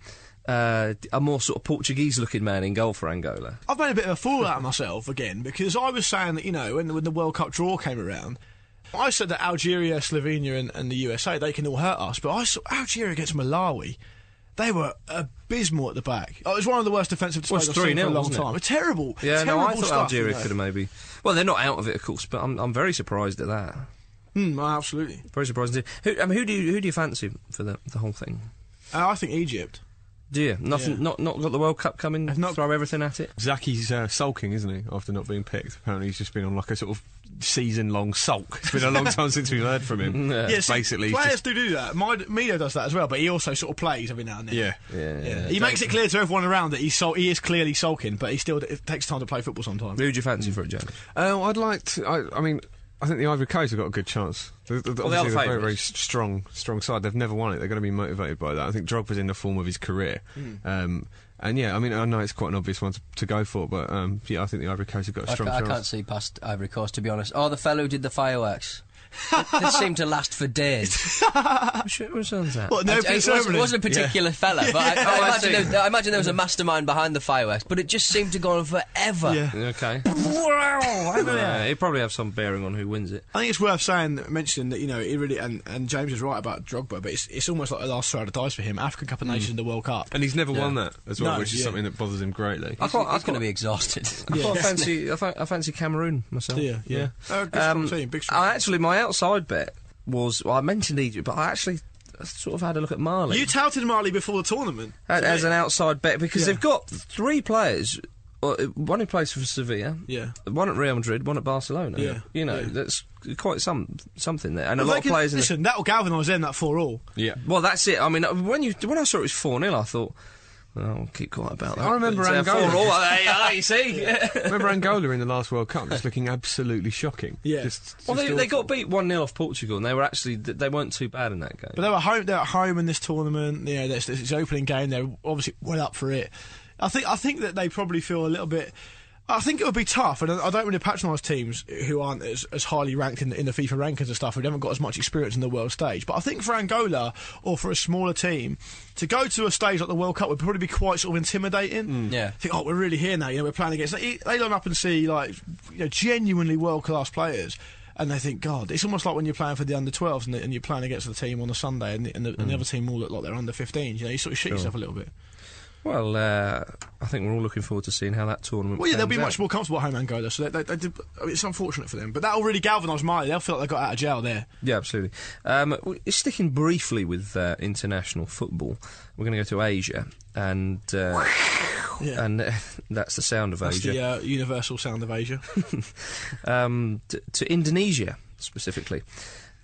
uh, a more sort of Portuguese-looking man in goal for Angola. I've made a bit of a fool out of myself again because I was saying that you know when the, when the World Cup draw came around, I said that Algeria, Slovenia, and, and the USA they can all hurt us, but I saw Algeria against Malawi. They were abysmal at the back. Oh, it was one of the worst defensive Well, displays it's I've seen for a 3-0, long wasn't it? time. Terrible. Yeah, no, terrible I thought stuff, Algeria you know. could have maybe. Well, they're not out of it, of course, but I'm I'm very surprised at that. Mm, absolutely. Very surprised. indeed. Who I mean, who do you, who do you fancy for the the whole thing? Uh, I think Egypt. Do you nothing? Not not got the World Cup coming. I've not- throw everything at it. Zaki's uh, sulking, isn't he? After not being picked, apparently he's just been on like a sort of season-long sulk. It's been a long time [laughs] since we've heard from him. Yeah. see, basically, he's players just- do do that. My, Mino does that as well, but he also sort of plays every now and then. yeah. Yeah. Yeah. he makes it clear to everyone around that he's sul- he is clearly sulking, but he still it takes time to play football sometimes. Who do you fancy for it, James? Uh, I'd like to. I, I mean, I think the Ivory Coast have got a good chance. They're, they're, they are obviously, they're a very, very favourites. s- strong, strong side. They've never won it. They're going to be motivated by that. I think Drogba's in the form of his career. Um, and yeah, I mean, I know it's quite an obvious one to, to go for, but um, yeah, I think the Ivory Coast have got a I, strong ca- I chance. can't see past Ivory Coast, to be honest. Oh, the fellow who did [laughs] the fireworks. It- this seemed to last for days. Which, which one's that? Uh, What, I- no, uh, it, wasn't, it wasn't a particular fella, [laughs] but I, I, Oh, I imagine see. there, was- I imagine there was a mastermind behind the fireworks. But it just seemed to go on forever. Yeah. [laughs] Okay. wow. It probably have some bearing on who wins it. I think it's worth saying, mentioning that you know it really, and, and James is right about Drogba, but it's, it's almost like the last throw of the dice for him. African Cup of Hmm. Nations, and the World Cup. And he's never won that as well, No, which is yeah. something that bothers him greatly. He's, thought- I going to thought- be exhausted. I [laughs] thought I fancy I, fa- I fancy Cameroon myself. Yeah, yeah. Uh, good Um, strong team, big strong I team. actually my outside bet was well, I mentioned Egypt, but I actually sort of had a look at Mali You touted Mali before the tournament. a- as an outside bet because Yeah. they've got three players. uh, One who plays for Sevilla, Yeah. One at Real Madrid, one at Barcelona. Yeah. You know, Yeah. that's quite some something there, and a Well, lot they of can- players. in the- Listen, that'll galvanise them. That four all. yeah. well, that's it. I mean, uh, when you when I saw it was four 0 I thought. well, I'll keep quiet about that. I remember But, uh, Angola. 4-0, [laughs] uh, there you are, you see. Remember Angola in the last World Cup just looking absolutely shocking. [laughs] Yeah. Just, [laughs] Well, just they, they awful. got beat one 0 off Portugal, and they were actually th- they weren't too bad in that game. But they were home. They're at home in this tournament. You know, this, this, it's opening game. They're obviously well up for it. I think. I think that they probably feel a little bit. I think it would be tough, and I I don't really patronise teams who aren't as, as highly ranked in, in the FIFA rankings and stuff, who haven't got as much experience in the world stage. But I think for Angola or for a smaller team to go to a stage like the World Cup would probably be quite sort of intimidating. Yeah. think, oh, we're really here now. You know, we're playing against. They, they line up and see like you know genuinely world class players. And they think, God, it's almost like when you're playing for the under 12s and, and you're playing against the team on a Sunday and the, and the, and the other team all look like they're under 15s. You know, you sort of shit yourself a little bit. Well, uh, I think we're all looking forward to seeing how that tournament. Well, yeah, they'll be pans out. much more comfortable at home Angola, so they, they, they did, I mean, it's unfortunate for them. But that'll really galvanise Mali. They'll feel like they got out of jail there. Yeah, absolutely. Um, w- sticking briefly with uh, international football, we're going to go to Asia, and uh, Yeah. and uh, [laughs] that's the sound of That's Asia. the uh, universal sound of Asia. um, t- to Indonesia specifically.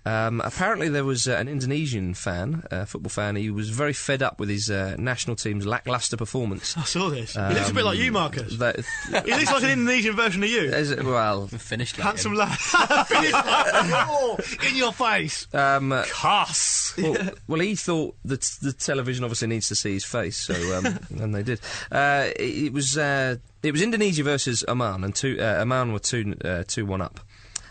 Um, apparently, there was uh, an Indonesian fan, uh, football fan, he was very fed up with his uh, national team's lackluster [laughs] performance. I saw this. he looks a bit like you, Marcus. That- [laughs] he looks like an Indonesian version of you. as- well, Finished like Handsome him. lad. [laughs] Finish like- oh, in your face. um, uh, Cuss. well, well, he thought that the television obviously needs to see his face, so um, and they did. Uh, it, it was uh, it was Indonesia versus Oman, and two, uh, Oman were two uh, two one up.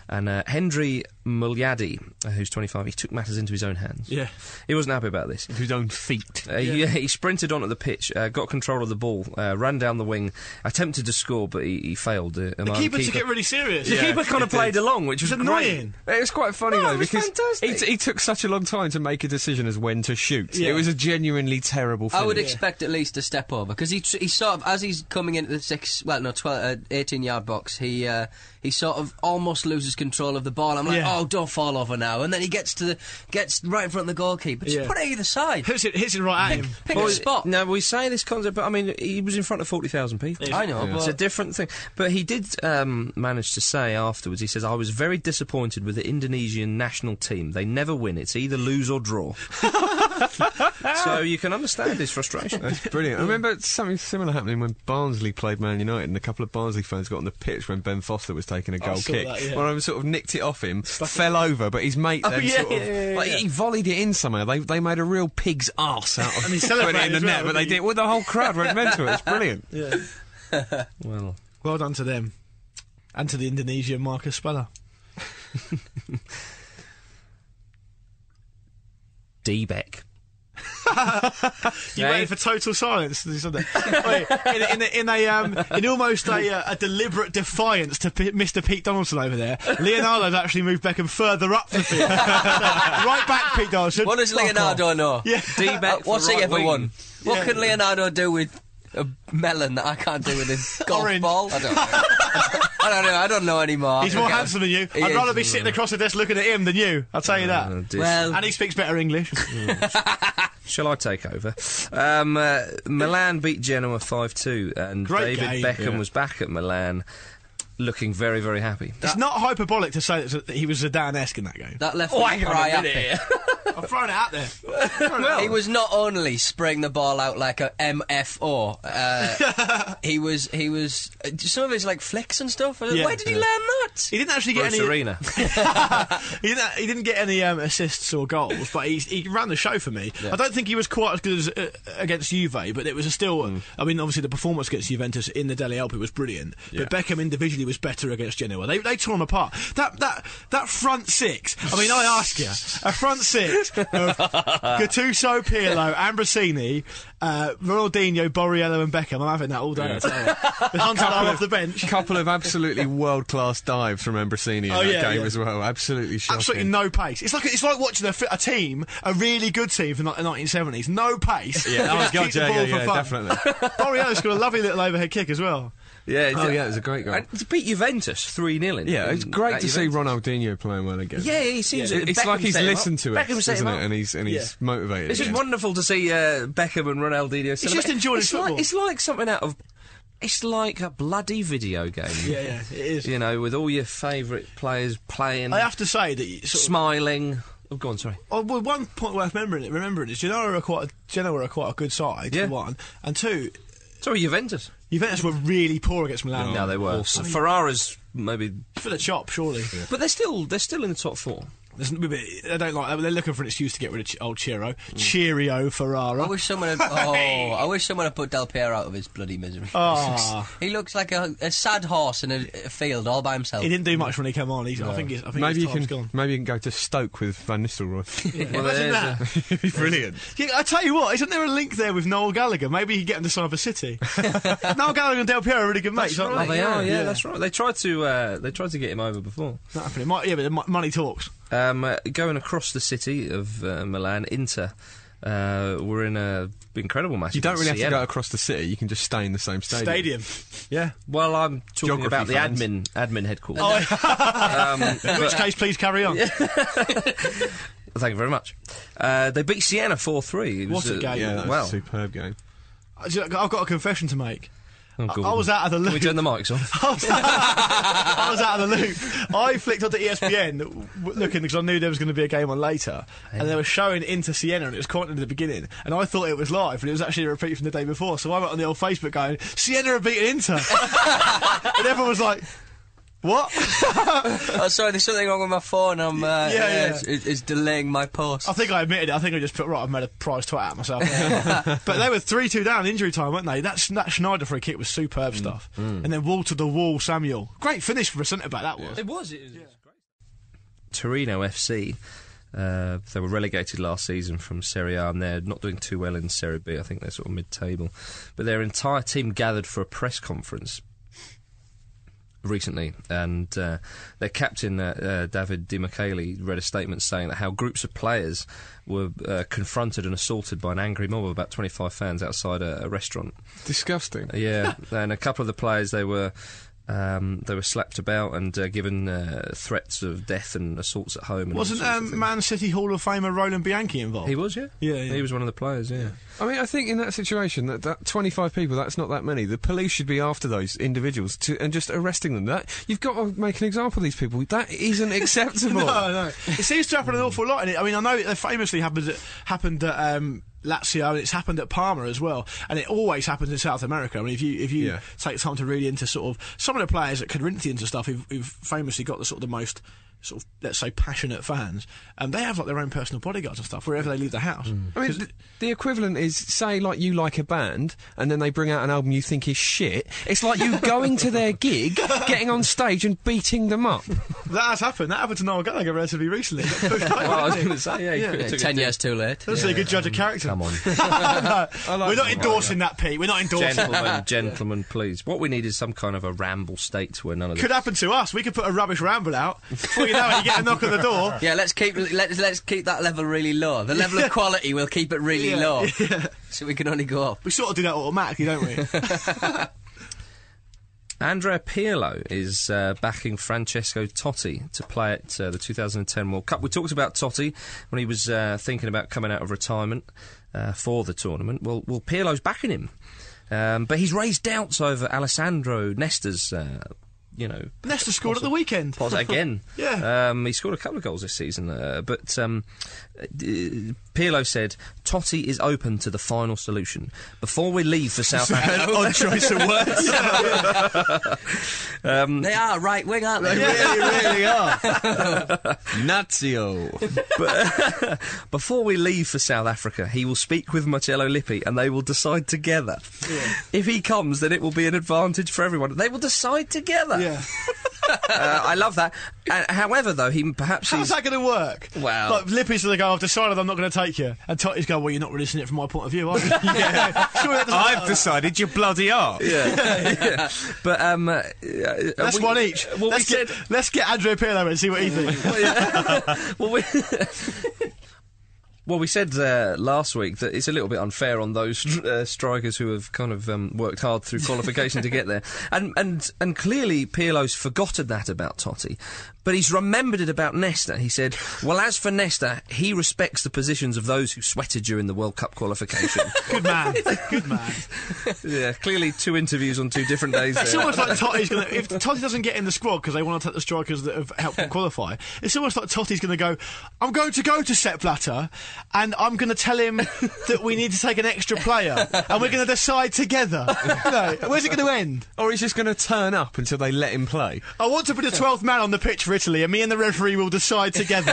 And uh, Hendry Mulyadi, uh, who's 25, he took matters into his own hands. Yeah. He wasn't happy about this. His [laughs] own feet. Uh, he, he sprinted onto the pitch, uh, got control of the ball, uh, ran down the wing, attempted to score, but he, he failed. Uh, The keeper took it really serious. the keeper kind of played along, which was It's annoying. It was quite funny No, though it was because fantastic. He, t- he took such a long time to make a decision as when to shoot. Yeah. It was a genuinely terrible. Finish. I would expect at least a step over because he tr- he sort of as he's coming into the six well no twelve uh, eighteen yard box he uh, he sort of almost loses control of the ball. I'm like Yeah. oh don't fall over now and then he gets to the gets right in front of the goalkeeper. Just Yeah. put it either side. Hits it, hits it right at him. Pick Well, a spot. No, we say this concept, but I mean, he was in front of 40,000 people. I know, It's a but different thing. But he did um, manage to say afterwards, he says, I was very disappointed with the Indonesian national team. They never win. It's either lose or draw. [laughs] so you can understand his frustration. [laughs] That's [laughs] brilliant. I remember something similar happening when Barnsley played Man United, and a couple of Barnsley fans got on the pitch when Ben Foster was taking a Oh, goal saw kick. that, yeah. One of them sort of nicked it off him, fell over, but his mate then Oh, yeah, sort of yeah, yeah, like, yeah. he volleyed it in somehow. They they made a real pig's ass [laughs] out of And he putting it in celebrated the as net, well, but they didn't he? did. Well, the whole crowd went mental. It's brilliant. Yeah. well, Well done to them. And to the Indonesian Marcus Speller. D-Beck. [laughs] You Hey. waited for total silence. as you said that. Wait, in, in, a- in a um, in almost a, uh, a deliberate defiance to P- Mr. Pete Donaldson over there, Leonardo's actually moved Beckham further up the field, [laughs] So, right back, Pete Donaldson. what does Fuck Leonardo off. know? [laughs] Yeah. D-Beck Uh, for what's he right ever wing. won? What Yeah. can Leonardo do with a melon that I can't do with a golf Orange. ball? I don't know. I don't know. I don't know anymore. He's more handsome than you. He I'd is. Oh, rather be sitting across the desk looking at him than you. I'll tell you that. Uh, dis- Well, and he speaks better English. Shall I take over? Um, uh, Milan beat Genoa 5 2, and Great David game. Beckham was back at Milan looking very, very happy. it's not hyperbolic to say that he was Zidane-esque in that game. that left oh, cry up it. I've thrown it out there. He was not only spraying the ball out like a MFO. [laughs] Uh, he was he was uh, some of his like flicks and stuff. I was like, Yeah. Where did he learn that? He didn't actually get Bruce any. Arena. [laughs] he, didn't, he didn't get any um, assists or goals, but he, he ran the show for me. I don't think he was quite as good as, uh, against Juve, but it was a still. I mean, obviously the performance against Juventus in the Deli Alpi was brilliant, but Beckham individually was better against Genoa. They, they tore him apart. That that that front six. I mean, I ask you, a front six of Gattuso, Pirlo, Ambrosini, uh, Ronaldinho, Borriello, and Beckham. I'm having that all day. The Hunter off the bench. A couple [laughs] of absolutely world class dives from Ambrosini in Oh, that yeah, game yeah. as well. Absolutely shocking. Absolutely no pace. It's like it's like watching a, fi- a team, a really good team from the 1970s. No pace. Yeah, oh, Just [laughs] God, keep the yeah, ball yeah, for yeah, fun. definitely. [laughs] Borriello's got a lovely little overhead kick as well. Yeah, Oh, yeah, it was a great goal. And to beat Juventus 3 0 in. Yeah, it's in- great at to see Juventus. Ronaldinho playing well again. Yeah, he seems. It- it's Beckham like he's set him up. listened to it, Beckham set isn't him it? up. And he's and he's motivated. It's just again. wonderful to see uh, Beckham and Ronaldinho. It's just enjoying it's football. Like, it's like something out of. It's like a bloody video game. Yeah, yeah, it is. You know, with all your favourite players playing, I have to say that you sort of- smiling. Oh, go on, sorry. Oh, well, one point worth remembering, remembering is Genoa are quite a, Genoa are quite a good side. Yeah. One and two, Sorry, Juventus. Juventus were really poor against Milan. no, they were. Ferrara's maybe, for the chop, surely. but they're still they're still in the top four. There's, they don't like. They're looking for an excuse to get rid of Ch- old Chiro. Mm. Cheerio Ferrara. I wish [laughs] someone had. Oh, I wish someone had put Del Piero out of his bloody misery. Ah. he looks like a, a sad horse in a, a field all by himself. he didn't do much when he came on. He's, I think. He's, I think Maybe his you time's can gone. maybe you can go to Stoke with [laughs] Van Nistelrooy. Well, there's a- It'd be Brilliant. Yeah, I tell you what, isn't there a link there with Noel Gallagher? Maybe he could get him to [laughs] Cyber City. Noel Gallagher and Del Piero are really good mates, aren't Oh, they? they are, yeah, that's right. They tried to uh, they tried to get him over before. Not happening. Might, yeah, but mo- money talks. Um, uh, going across the city of uh, Milan, Inter uh, were in a incredible match. You don't against really have to Siena. go across the city. You can just stay in the same stadium. Stadium. [laughs] Yeah. Well, I'm talking Geography about the fans. Oh, admin admin headquarters. Um, [laughs] In Oh, which case, please carry on. Thank you very much. Uh, they beat Siena four three. What a game. Yeah, that's well, a superb game. I- I've got a confession to make. oh, I Gordon. was out of the Can we loop. turn the mics off? I was, I was out of the loop. I flicked onto E ESPN w- looking because I knew there was going to be a game on later, and they were showing Inter Siena, and it was quite near the beginning. And I thought it was live, but it was actually a repeat from the day before. So I went on the old Facebook going, "Siena have beaten Inter," and everyone was like, "What?" oh, sorry, there's something wrong with my phone. I'm. Uh, yeah, yeah. It's, it's it's delaying my post. I think I admitted it. I think I just put right. I made a prize twat out of myself. but they were three two down injury time, weren't they? That that Schneider free kick was superb stuff, and then wall to the wall Samuel. Great finish for a centre back. That was. was. It was. Torino FC. Uh, they were relegated last season from Serie A, and they're not doing too well in Serie B. I think they're sort of mid-table. But their entire team gathered for a press conference recently, and uh, their captain uh, uh, David Di Michele read a statement saying that how groups of players were uh, confronted and assaulted by an angry mob of about 25 fans outside a, a restaurant. Disgusting. Yeah, and a couple of the players they were um, they were slapped about and uh, given uh, threats of death and assaults at home. And all Wasn't sorts of um, things. Man City Hall of Famer Roland Bianchi involved? He was, yeah? Yeah, yeah. he was one of the players. Yeah, I mean, I think in that situation, that, that 25 people, that's not that many. The police should be after those individuals to, and just arresting them. That You've got to make an example of these people. That isn't [laughs] acceptable. No, no. It seems to happen an awful lot. In it. I mean, I know it famously happened at, happened at um, Lazio, and it's happened at Parma as well. And it always happens in South America. I mean, if you if you Yeah. take time to read into sort of some of the players at Corinthians and stuff, who've, who've famously got the sort of the most sort of let's say passionate fans, and they have like their own personal bodyguards and stuff wherever they leave the house. I mean, th- the equivalent is say like you like a band, and then they bring out an album you think is shit. It's like you going to their gig, getting on stage and beating them up. That has happened. That happened to Noel Gallagher relatively recently. [laughs] I was going to say, yeah, he could- took a Ten years too late. That's a good judge of character. Come on, [laughs] No, We're not that. endorsing that, Pete. We're not endorsing gentlemen, that. gentlemen, please. What we need is some kind of a ramble state where none of Could the happen to us. We could put a rubbish ramble out. Before you know it, you get a knock on the [laughs] door. Yeah, let's keep let's let's keep that level really low. The level [laughs] of quality, we'll keep it really Yeah, low, so we can only go up. We sort of do that automatically, don't we? [laughs] Andrea Pirlo is uh, backing Francesco Totti to play at uh, the 2010 World Cup. We talked about Totti when he was uh, thinking about coming out of retirement uh, for the tournament. Well, well, Pirlo's backing him, um, but he's raised doubts over Alessandro Nesta's. Uh, you know, Nesta scored at the weekend. [laughs] pos again. Yeah. Um, he scored a couple of goals this season, uh, but um, d- Pirlo said Totti is open to the final solution. Before we leave for [laughs] Southampton, Odd choice of [laughs] words. They are right wing, aren't they? really, really are. Nazio. But before we leave for South Africa, he will speak with Marcello Lippi and they will decide together. If he comes, then it will be an advantage for everyone. They will decide together. Yeah. Uh, I love that. Uh, however, though, he perhaps How's he's. [laughs] that going to work? Well- like Lippy's going to go. I've decided I'm not going to take you, and Totti's going. Well, you're not really seeing it from my point of view, [laughs] are you? yeah. Sure, that doesn't matter. decided you bloody are. Yeah, yeah. [laughs] But um, uh, That's we- one each. Well, let's we get said. let's get Andrea Pirlo and see what [laughs] he thinks. well, yeah. well, we. [laughs] Well, we said uh, last week that it's a little bit unfair on those uh, strikers who have kind of um, worked hard through qualification to [laughs] get there, and and and clearly Pirlo's forgotten that about Totti, but he's remembered it about Nesta. He said, "Well, as for Nesta, he respects the positions of those who sweated during the World Cup [laughs] qualification." Good man. Good man. yeah, clearly two interviews on two different days. It's there. almost like Totti's going to. If Totti doesn't get in the squad because they want to take the strikers that have helped him qualify, it's almost like Totti's going to go, I'm going to go to Sepp Blatter and I'm going to tell him that we need to take an extra player and we're going to decide together. No, where's it going to end? Or he's just going to turn up until they let him play. I want to put the 12th man on the pitch for Italy, and me and the referee will decide together.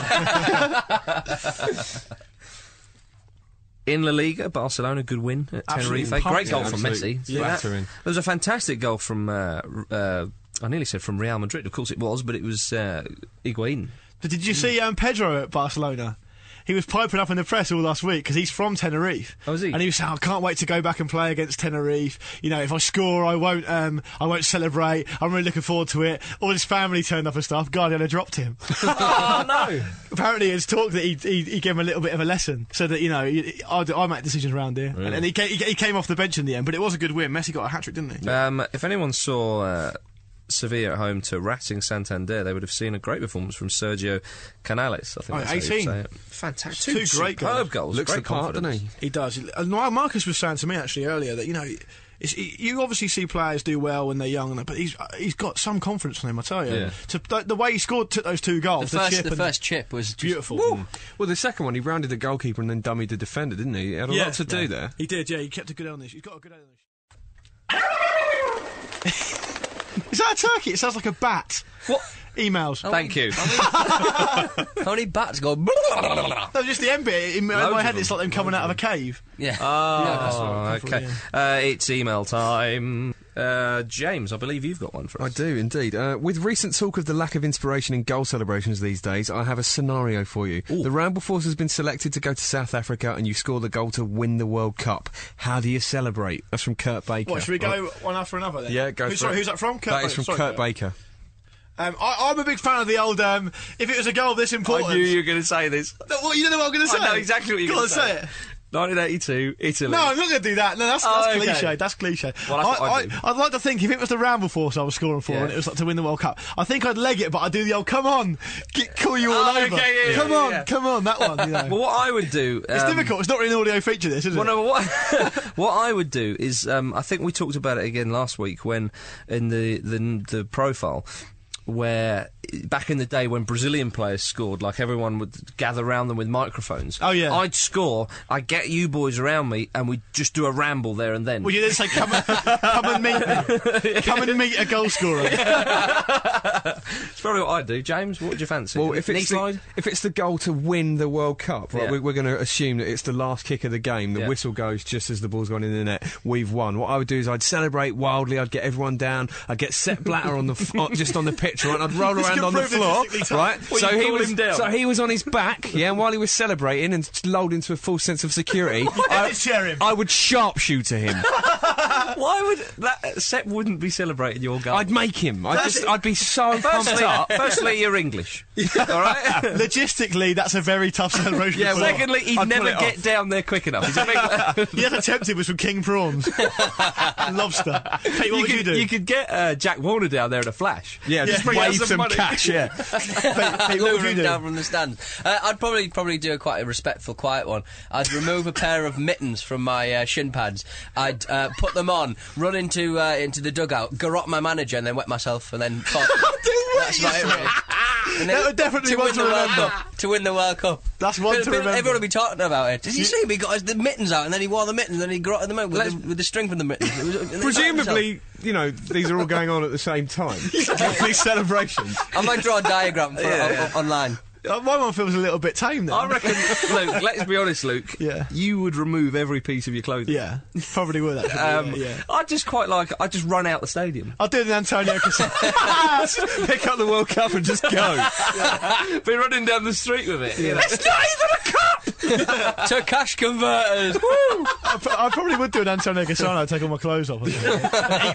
In La Liga, Barcelona, good win at Absolute Tenerife. Great goal Yeah, from absolute Messi. See that? battering. There was a fantastic goal from. Uh, r- uh, I nearly said from Real Madrid. Of course it was, but it was uh, Higuain. But did you see um, Pedro at Barcelona? He was piping up in the press all last week because he's from Tenerife. Oh, is he? And he was saying, "I can't wait to go back and play against Tenerife. You know, if I score, I won't, um, I won't celebrate. I'm really looking forward to it." All his family turned up and stuff. Guardiola dropped him. [laughs] oh no! [laughs] Apparently, it's talk that he, he he gave him a little bit of a lesson, so that you know, he, I, do- I make decisions around here. And, and he, came, he, he came off the bench in the end, but it was a good win. Messi got a hat trick, didn't he? Um, if anyone saw uh, Sevilla at home to Racing Santander, they would have seen a great performance from Sergio Canales. I think Oh, that's how you'd 18. say it. Fantastic. Two great superb goals. goals. Looks great the part, confidence. doesn't he? He does. Uh, no, Marcus was saying to me actually earlier that you know, it's, you obviously see players do well when they're young, but he's uh, he's got some confidence on him. I tell you, Yeah. to, the, the way he scored took those two The goals, the, first, chip the and first chip was just beautiful. Hmm. Mm. Well, the second one, he rounded the goalkeeper and then dummied the defender, didn't he? He had a lot to do there. He did. Yeah, he kept a good eye on this. He's got a good eye on [laughs] this. Is that a turkey? It sounds like a bat. What? Emails. Oh. Thank you. How many bats [laughs] go? No, just the end bit. In my, in Loads my of head, them. it's like them coming out of a cave. Yeah. Ah. Oh, okay. Uh, it's email time. Uh, James, I believe you've got one for I us. do indeed. Uh, with recent talk of the lack of inspiration in goal celebrations these days, I have a scenario for you. The Ramble Force has been selected to go to South Africa, and you score the goal to win the World Cup. How do you celebrate? That's from Kurt Baker. What, should we Right. go one after another then? Yeah, go who's, for sorry, it. Who's that from? Kurt That is Baker. from Sorry, Kurt Baker. Um, I, I'm a big fan of the old. Um, if it was a goal this important, were going to say this. No, well, you don't know what I'm going to say. I know exactly what you're Go going on, to say. say. it. 1982, Italy. No, I'm not going to do that. No, that's, that's Oh, okay. cliche. That's cliche. Well, that's what I, I'd do. would like to think if it was the Ramble Force I was scoring for Yeah. and it was like to win the World Cup, I think I'd leg it, but I'd do the old "Come on, get, call you all Oh, over." okay, yeah, yeah, come yeah, on, yeah. come on, that one. You know. [laughs] Well, what I would do. [laughs] it's um, difficult. It's not really an audio feature. This is Well, it. no, what, [laughs] [laughs] what I would do is, um, I think we talked about it again last week when in the the, the profile. Where back in the day when Brazilian players scored, like everyone would gather around them with microphones. Oh, yeah. I'd score. I'd get you boys around me, and we'd just do a ramble there and then. Well, you didn't say come and, come and [laughs] meet me. Come and meet a goal scorer. It's probably what I'd do. James, what would you fancy? Well, if Knee it's, slide? the, if it's the goal to win the World Cup, right, Yeah. we- we're going to assume that it's the last kick of the game. The Yeah. whistle goes just as the ball's gone in the net. We've won. What I would do is I'd celebrate wildly. I'd get everyone down. I'd get Set Blatter on the f- uh, just on the pitch, right? and I'd roll This around could on the prove floor, logistically tough. right? Well, so you he call was him down. so he was on his back, yeah. And while he was celebrating and lulled into a false sense of security, I, did share him. I would sharpshooter him. [laughs] Why would that Sep wouldn't be celebrating your goal? I'd make him. I'd just. I'd be so pumped firstly, up. [laughs] firstly, you're [laughs] English, all right. Logistically, that's a very tough celebration. Yeah, for well, [laughs] him. Secondly, he'd I'd pull never it get down there quick enough. He's a [laughs] big- the other tempted was from King Prawns [laughs] and Lobster. Pete, what would could, you do? could get uh, Jack Warner down there in a flash. Yeah, just bring out wave some money. cash. Yeah. Pete, [laughs] Pete, what would Lure you him do? down from the stand. Uh, I'd probably probably do quite a respectful, quiet one. I'd remove a pair of mittens from my uh, shin pads. I'd uh, put them on, run into uh, into the dugout, garrot my manager, and then wet myself, and then. [laughs] Pop. That's about it. really. And then That would definitely to one win to the World remember. Cup. To win the World Cup. That's one People- to people- remember. Everyone will be talking about it. Did you see him? He got his, the mittens out, and then he wore the mittens, and he garroted them out with, the, with the string from the mittens. It was- and then he wet himself. Presumably, you know, these are all going on at the same time. these celebrations. I might draw [laughs] a diagram for it on- on- online. Uh, My one feels a little bit tame then. I reckon, Luke. Let's be honest, Luke. [laughs] Yeah. you would remove every piece of your clothing. Yeah, probably would actually. Um, yeah, yeah. I just quite like. I just run out the [laughs] stadium. I'll do an Antonio Cassini. Pick up the World Cup and [laughs] just go. be running down the street with it. you know. to cash converters. I, pro- I probably would do an Antonio Cassano, take all my clothes off, and eat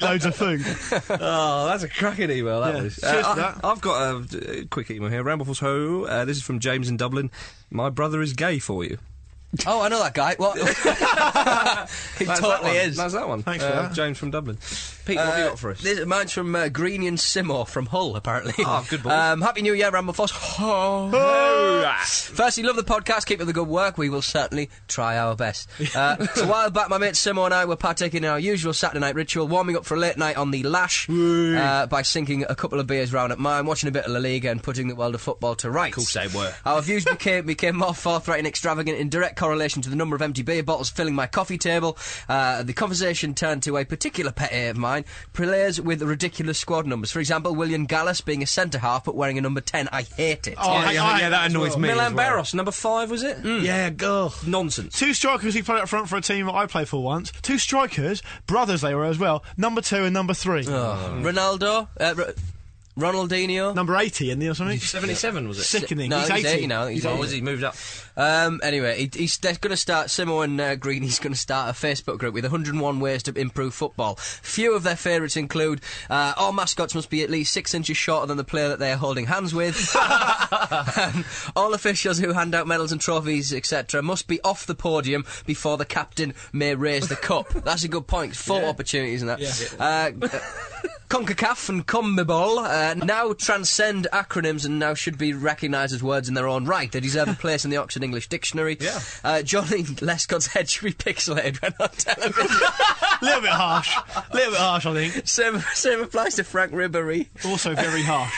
loads of food. [laughs] Oh, that's a cracking email. That Yeah, was. Uh, cheers I, for that. I've got a uh, quick email here. Rambleforce Ho. Uh, this is from James in Dublin. My brother is gay for you. Oh, I know that guy. [laughs] What? [laughs] he totally that one. is. Uh, That's that one. Thanks for uh, that. James from Dublin. Pete, what have you got for us? This mine's from uh, Greeny and Seymour from Hull, apparently. Ah, good boys. [laughs] Um, Happy New Year, Ramble Foss. Firstly, love the podcast. Keep up the good work. We will certainly try our [laughs] best. Uh, a while back, my mate Simo and I were partaking in our usual Saturday night ritual, warming up for a late night on the lash uh, by sinking a couple of beers round at mine, watching a bit of La Liga, and putting the world of football to rights. Of course they were. Our views became became more forthright and extravagant in direct direct correlation to the number of empty beer bottles filling my coffee table. Uh, the conversation turned to a particular pet hate of mine, players with ridiculous squad numbers. For example, William Gallus being a centre half but wearing a number 10. I hate it. Oh, yeah, I- yeah, I- yeah, that as annoys well. me. Milan as well. Barros, number five, was it? Yeah, go. Nonsense. Two strikers he played up front for a team that I played for once. Two strikers, brothers they were as well. Number two and number three. Um, Ronaldo, uh, R- Ronaldinho. Number 80 in the or something. 77 was it? Sickening. No, he's, he's 80. 80 now. He's Oh, 80. was he moved up? Um, anyway, he, he's they're going to start Simo and uh, Green. He's going to start a Facebook group with 101 ways to improve football. Few of their favourites include: uh, all mascots must be at least six inches shorter than the player that they are holding [laughs] hands with. um, all officials who hand out medals and trophies, etc., must be off the podium before the captain may raise the cup. That's a good point. Four opportunities in that. Uh, CONCACAF and CONMEBOL uh, now transcend acronyms and now should be recognised as words in their own right. They [laughs] deserve a place in the Oxford English Dictionary. Yeah. Uh, Johnny Lescott's head should be pixelated when on [laughs] television. A little bit harsh. A little bit harsh, I think. same, same applies to Frank Ribery. Also very harsh.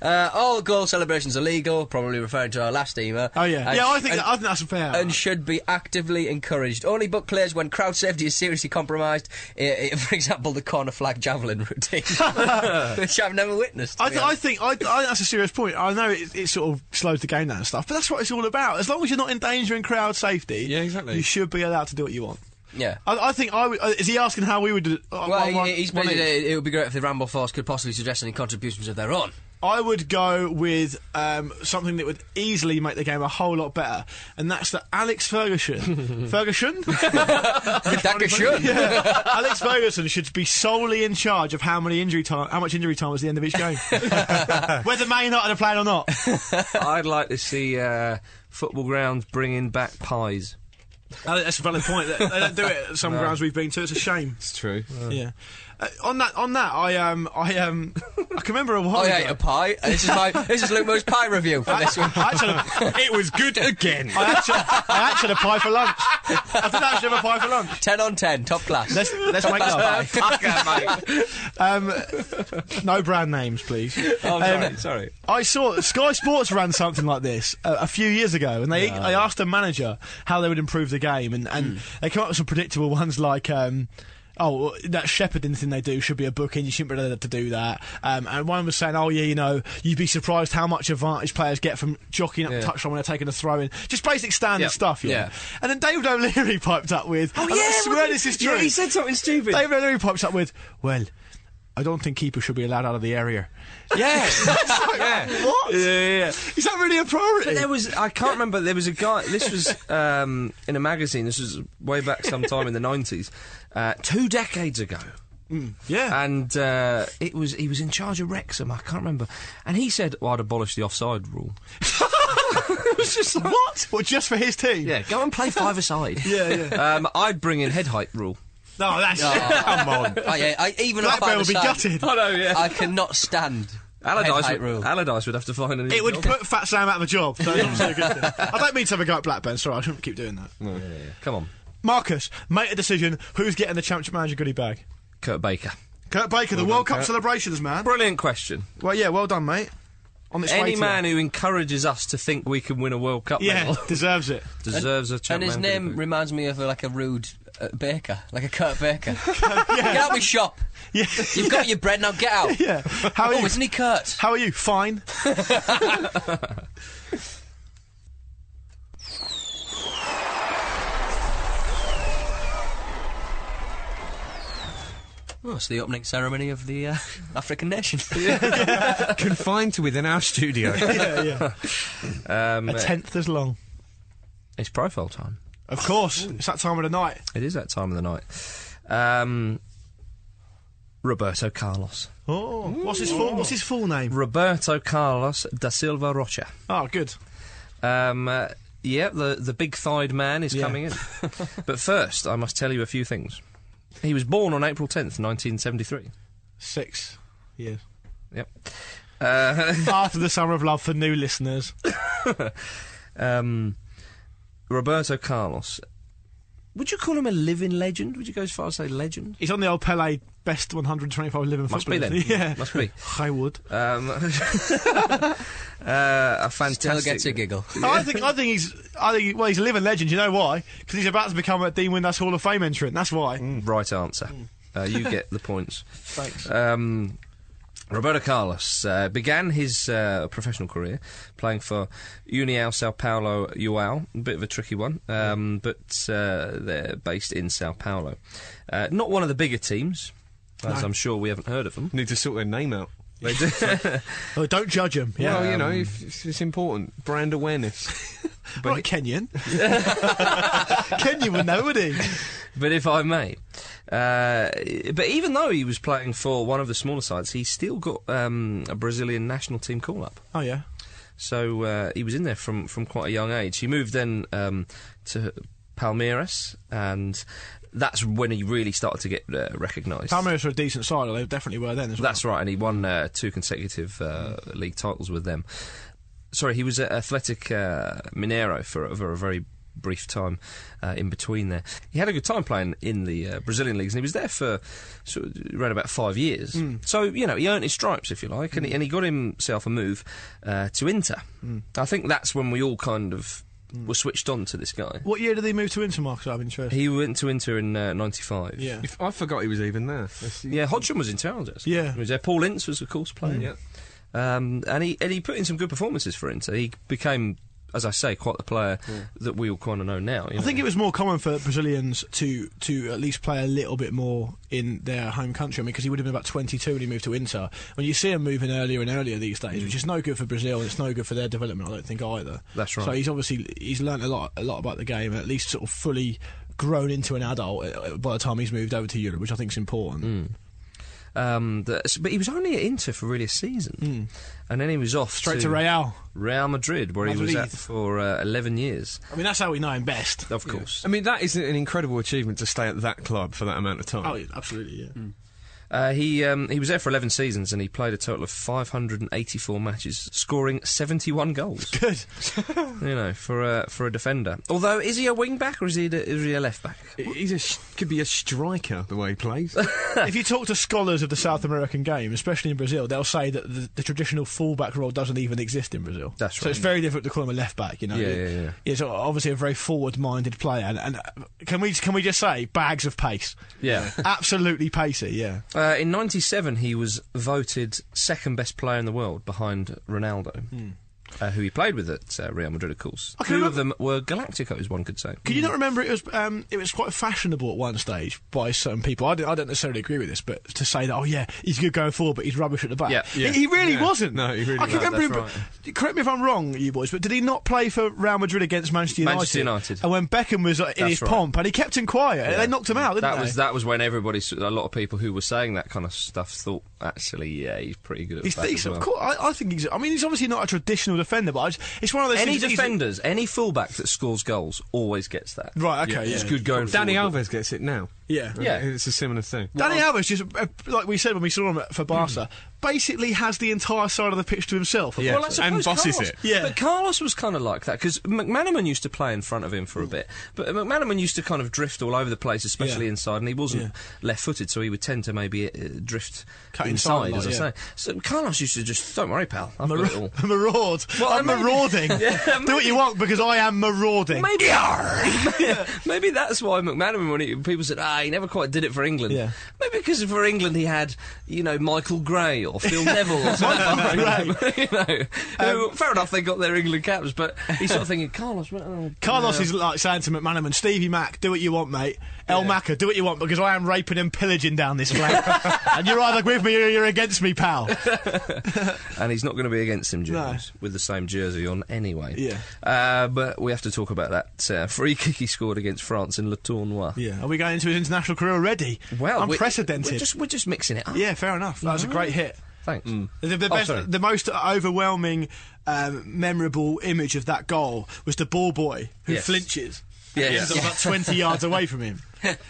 Uh, all goal celebrations are legal, probably referring to our last email. Oh, yeah. And- yeah, I think, and- I think that's fair. and should be actively encouraged. Only book players when crowd safety is seriously compromised. I i for example, the corner flag javelin [laughs] routine, [laughs] which I've never witnessed. to I, be th- honest. I think I, I think that's a serious point. I know it, it sort of slows the game down and stuff, but that's what it's all about. As long as you're not endangering crowd safety, Yeah, exactly. You should be allowed to do what you want. yeah. I, I think I would, uh, is he asking how we would. do- Uh, Well, one- one- he- he's one basically, each? it would be great if the Ramble Force could possibly suggest any contributions of their own. I would go with um, something that would easily make the game a whole lot better, and that's that Alex [laughs] Ferguson. Ferguson? that could [laughs] [laughs] should. Yeah. Alex Ferguson should be solely in charge of how many injury time, how much injury time was at the end of each [laughs] game, [laughs] whether Man United are playing or not. [laughs] I'd like to see uh, football grounds bringing back pies. Uh, That's a valid point. They, they don't do it at some grounds we've been to. It's a shame. It's true. Yeah. Uh, on that, on that, I um, I um, I can remember a while. I ago- ate Oh, a pie. Uh, This is my this is Luke Moore's pie review for this week. I actually, it was good again. I actually, I actually had a pie for lunch. I did actually have a pie for lunch. [laughs] Ten on ten, top class. Let's let's [laughs] make love. Um, no brand names, please. Oh, Um, sorry, sorry. I saw Sky Sports ran something like this a, a few years ago, and they I asked the manager how they would improve the game, and, and Hmm. they came up with some predictable ones like. Um, Oh, well, that shepherding thing they do should be a booking. You shouldn't be allowed to do that. Um, and one was saying, "Oh yeah, you know, you'd be surprised how much advantage players get from jockeying up the touchline when they're taking a throw in." Just basic standard Yep. stuff, yeah. Yeah. And then David O'Leary [laughs] piped up with, "Oh I swear this is true." Yeah, he said something stupid. David O'Leary pops up with, "Well, I don't think keepers should be allowed out of the area." [laughs] yeah. What? Yeah, yeah, yeah. Is that really a priority? [laughs] There was I can't remember. There was a guy. This was um, in a magazine. This was way back, sometime in the nineties, uh, two decades ago. Mm, yeah. And uh, it was he was in charge of Wrexham. I can't remember. And he said, well, "I'd abolish the offside rule." it was just like, what? [laughs] Well, just for his team? Yeah, go and play five aside. [laughs] Yeah, yeah. Um, I'd bring in head height rule. No, that's [laughs] come [laughs] on. I, Oh, I, I, even if Blackburn I would be decide- gutted. know, yeah. I [laughs] cannot stand head Allardyce would, height rule. Allardyce would have to find an. It would put Fat Sam out of a job. So it's obviously a good thing. I don't mean to have a go at Blackburn. Sorry, I shouldn't keep doing that. Come on, Marcus, make a decision. Who's getting the championship manager goodie bag? Kurt Baker. Kurt Baker, the World Cup celebrations, man. Brilliant question. Well, yeah, well done, mate. On this Any man who encourages us to think we can win a World Cup [laughs] yeah, medal [laughs] deserves it. deserves a and chance. his name reminds me of uh, like a rude uh, baker, like a Kurt Baker. Get out of my shop. Yeah, You've got your bread now. Get out. [laughs] yeah. How are Oh, you? isn't he Kurt? How are you? Fine. Oh, it's the opening ceremony of the uh, African nation. Confined to within our studio. Yeah, yeah. Um, A tenth as long. it's profile time. Of course, it's that time of the night. It is that time of the night. Um, Roberto Carlos. Oh, what's his full? What's his full name? Roberto Carlos da Silva Rocha. Oh, good. Um, uh, yeah, the, the big thighed man is Yeah. coming in. but first, I must tell you a few things. He was born on April 10th, 1973. Six years. [laughs] Yep. Uh, After the summer of love for new listeners. um, Roberto Carlos Would you call him a living legend? Would you go as far as say legend? He's on the old Pele best 125 living Must be footballers. then. [laughs] Yeah. Must be. I would. Um, [laughs] uh, a fantastic. Still gets a giggle. I think I think he's I think well he's a living legend. You know why? Because he's about to become a Dean Windass Hall of Fame entrant. That's why. Right answer. Uh, you get the points. Thanks. Um, Roberto Carlos uh, began his uh, professional career playing for União Sao Paulo UAL, a bit of a tricky one, um, but uh, they're based in Sao Paulo. Uh, not one of the bigger teams, as I'm sure we haven't heard of them. Need to sort their name out. They do. Oh, don't judge him. Yeah. um, Well, you know, if, if it's important. Brand awareness. [laughs] But [laughs] right, Kenyan. Kenyan would know, would he? but if I may, uh, but even though he was playing for one of the smaller sides, he still got um, a Brazilian national team call up. Oh yeah. So uh, he was in there from, from quite a young age. He moved then um, to Palmeiras, and that's when he really started to get uh, recognised. Palmeiras are a decent side. They definitely were then as well. That's right, and he won uh, two consecutive uh, league titles with them. Sorry, he was at Athletic uh, Mineiro for, for a very brief time uh, in between there. He had a good time playing in the uh, Brazilian leagues, and he was there for sort of, around about five years. Hmm. So you know he earned his stripes, if you like, and, he, and he got himself a move uh, to Inter. Hmm. I think that's when we all kind of were switched on to this guy. What year did they move to Inter, Marcus? I'm interested. He went to Inter in uh, '95. Yeah. if, I forgot he was even there. That's- Yeah, Hodgson was in town, actually. Yeah. Hmm. He was there. Paul Ince was, of course, playing. Yeah. Um, and he and he put in some good performances for Inter. He became, as I say, quite the player that we all kind of know now. you I think know. it was more common for Brazilians to to at least play a little bit more in their home country. I mean, because he would have been about 22 when he moved to Inter. When you see him moving earlier and earlier these days, which is no good for Brazil and it's no good for their development. I don't think either. That's right. So he's obviously he's learnt a lot a lot about the game and at least sort of fully grown into an adult uh, by the time he's moved over to Europe, which I think is important. Mm. um, the, but he was only at Inter for really a season, and then he was off Hmm. Straight to Real. Real Madrid, where he was at Madrid. for uh, eleven years. I mean, that's how we know him best. Of course. I mean, that is an incredible achievement to stay at that club for that amount of time. Oh, yeah, absolutely. Yeah. Uh, he um, he was there for eleven seasons, and he played a total of five hundred and eighty four matches, scoring seventy one goals. Good. you know, for a for a defender. Although, is he a wing back or is he a, is he a left back? He's a sh- could be a striker the way he plays. if you talk to scholars of the South American game, especially in Brazil, they'll say that the, the traditional fullback role doesn't even exist in Brazil. That's So it's right. very difficult to call him a left back. You know, Yeah, yeah, yeah. He's o- obviously a very forward-minded player, and, and uh, can we can we just say bags of pace? Yeah. Absolutely pacey. Yeah. Uh, in 97, he was voted second best player in the world behind Ronaldo, uh, who he played with at uh, Real Madrid, of course. Hmm. I Two can of them were Galacticos, one could say. Hmm. Can you not remember it was um, it was quite fashionable at one stage by certain people. I don't, I don't necessarily agree with this, but to say that oh yeah he's good going forward, but he's rubbish at the back. Yeah, yeah. He, he really Yeah. wasn't. No, he really I can wasn't. remember That's him. Correct me if I'm wrong, you boys, but did he not play for Real Madrid against Manchester United? Manchester United. And when Beckham was like, in That's his right. pomp, and he kept him quiet, and they knocked him out, didn't That they? was that was when everybody, s- a lot of people who were saying that kind of stuff, thought actually, yeah, he's pretty good at He's the back as decent. well. Of course, I, I think he's. I mean, he's obviously not a traditional defender, but I just, it's one of those. Any things, he's- defenders, any fullback that scores goals always gets that. Right, okay, It's yeah. good going. Danny forward. Alves gets it now. Yeah. Yeah. It's a similar thing. Danny Alves, just uh, like we said when we saw him at- for Mm. Barca, basically has the entire side of the pitch to himself. Yeah. Well, I And suppose bosses Carlos, it. Yeah. But Carlos was kind of like that because McManaman used to play in front of him for a bit. But McManaman used to kind of drift all over the place, especially Yeah. inside, and he wasn't left footed, so he would tend to maybe uh, drift Cut inside, inside a as lot, I yeah. say. So Carlos used to just, don't worry, pal. I've got it all. [laughs] [laughs] maraud. Well, I'm maybe- marauding. [laughs] Yeah, Do what maybe- you want because I am marauding. Maybe, [laughs] maybe that's why McManaman, when he, people said, ah, he never quite did it for England. Yeah. Maybe because for England he had, you know, Michael Gray or [laughs] Phil Neville or [laughs] [laughs] something. [laughs] you know, who- fair enough, they got their England caps, but he's sort of thinking, Carlos, what- oh, Carlos is like saying to McManaman, Stevie Mac, do what you want, mate. El Macca, do what you want because I am raping and pillaging down this flank. [laughs] and you're either with me or you're against me, pal. and he's not going to be against him, No. James, with the same jersey on anyway. Yeah. Uh, but we have to talk about that uh, free kick he scored against France in Le Tournoi. Yeah. Are we going into his international career already? Well, we- unprecedented. We're just, we're just mixing it up. Yeah, fair enough. That was a great hit. Thanks. The, the Oh, best, sorry. [laughs] the most overwhelming, um, memorable image of that goal was the ball boy who Yes. flinches. Yeah. He's sort of about [laughs] 20 yards away from him.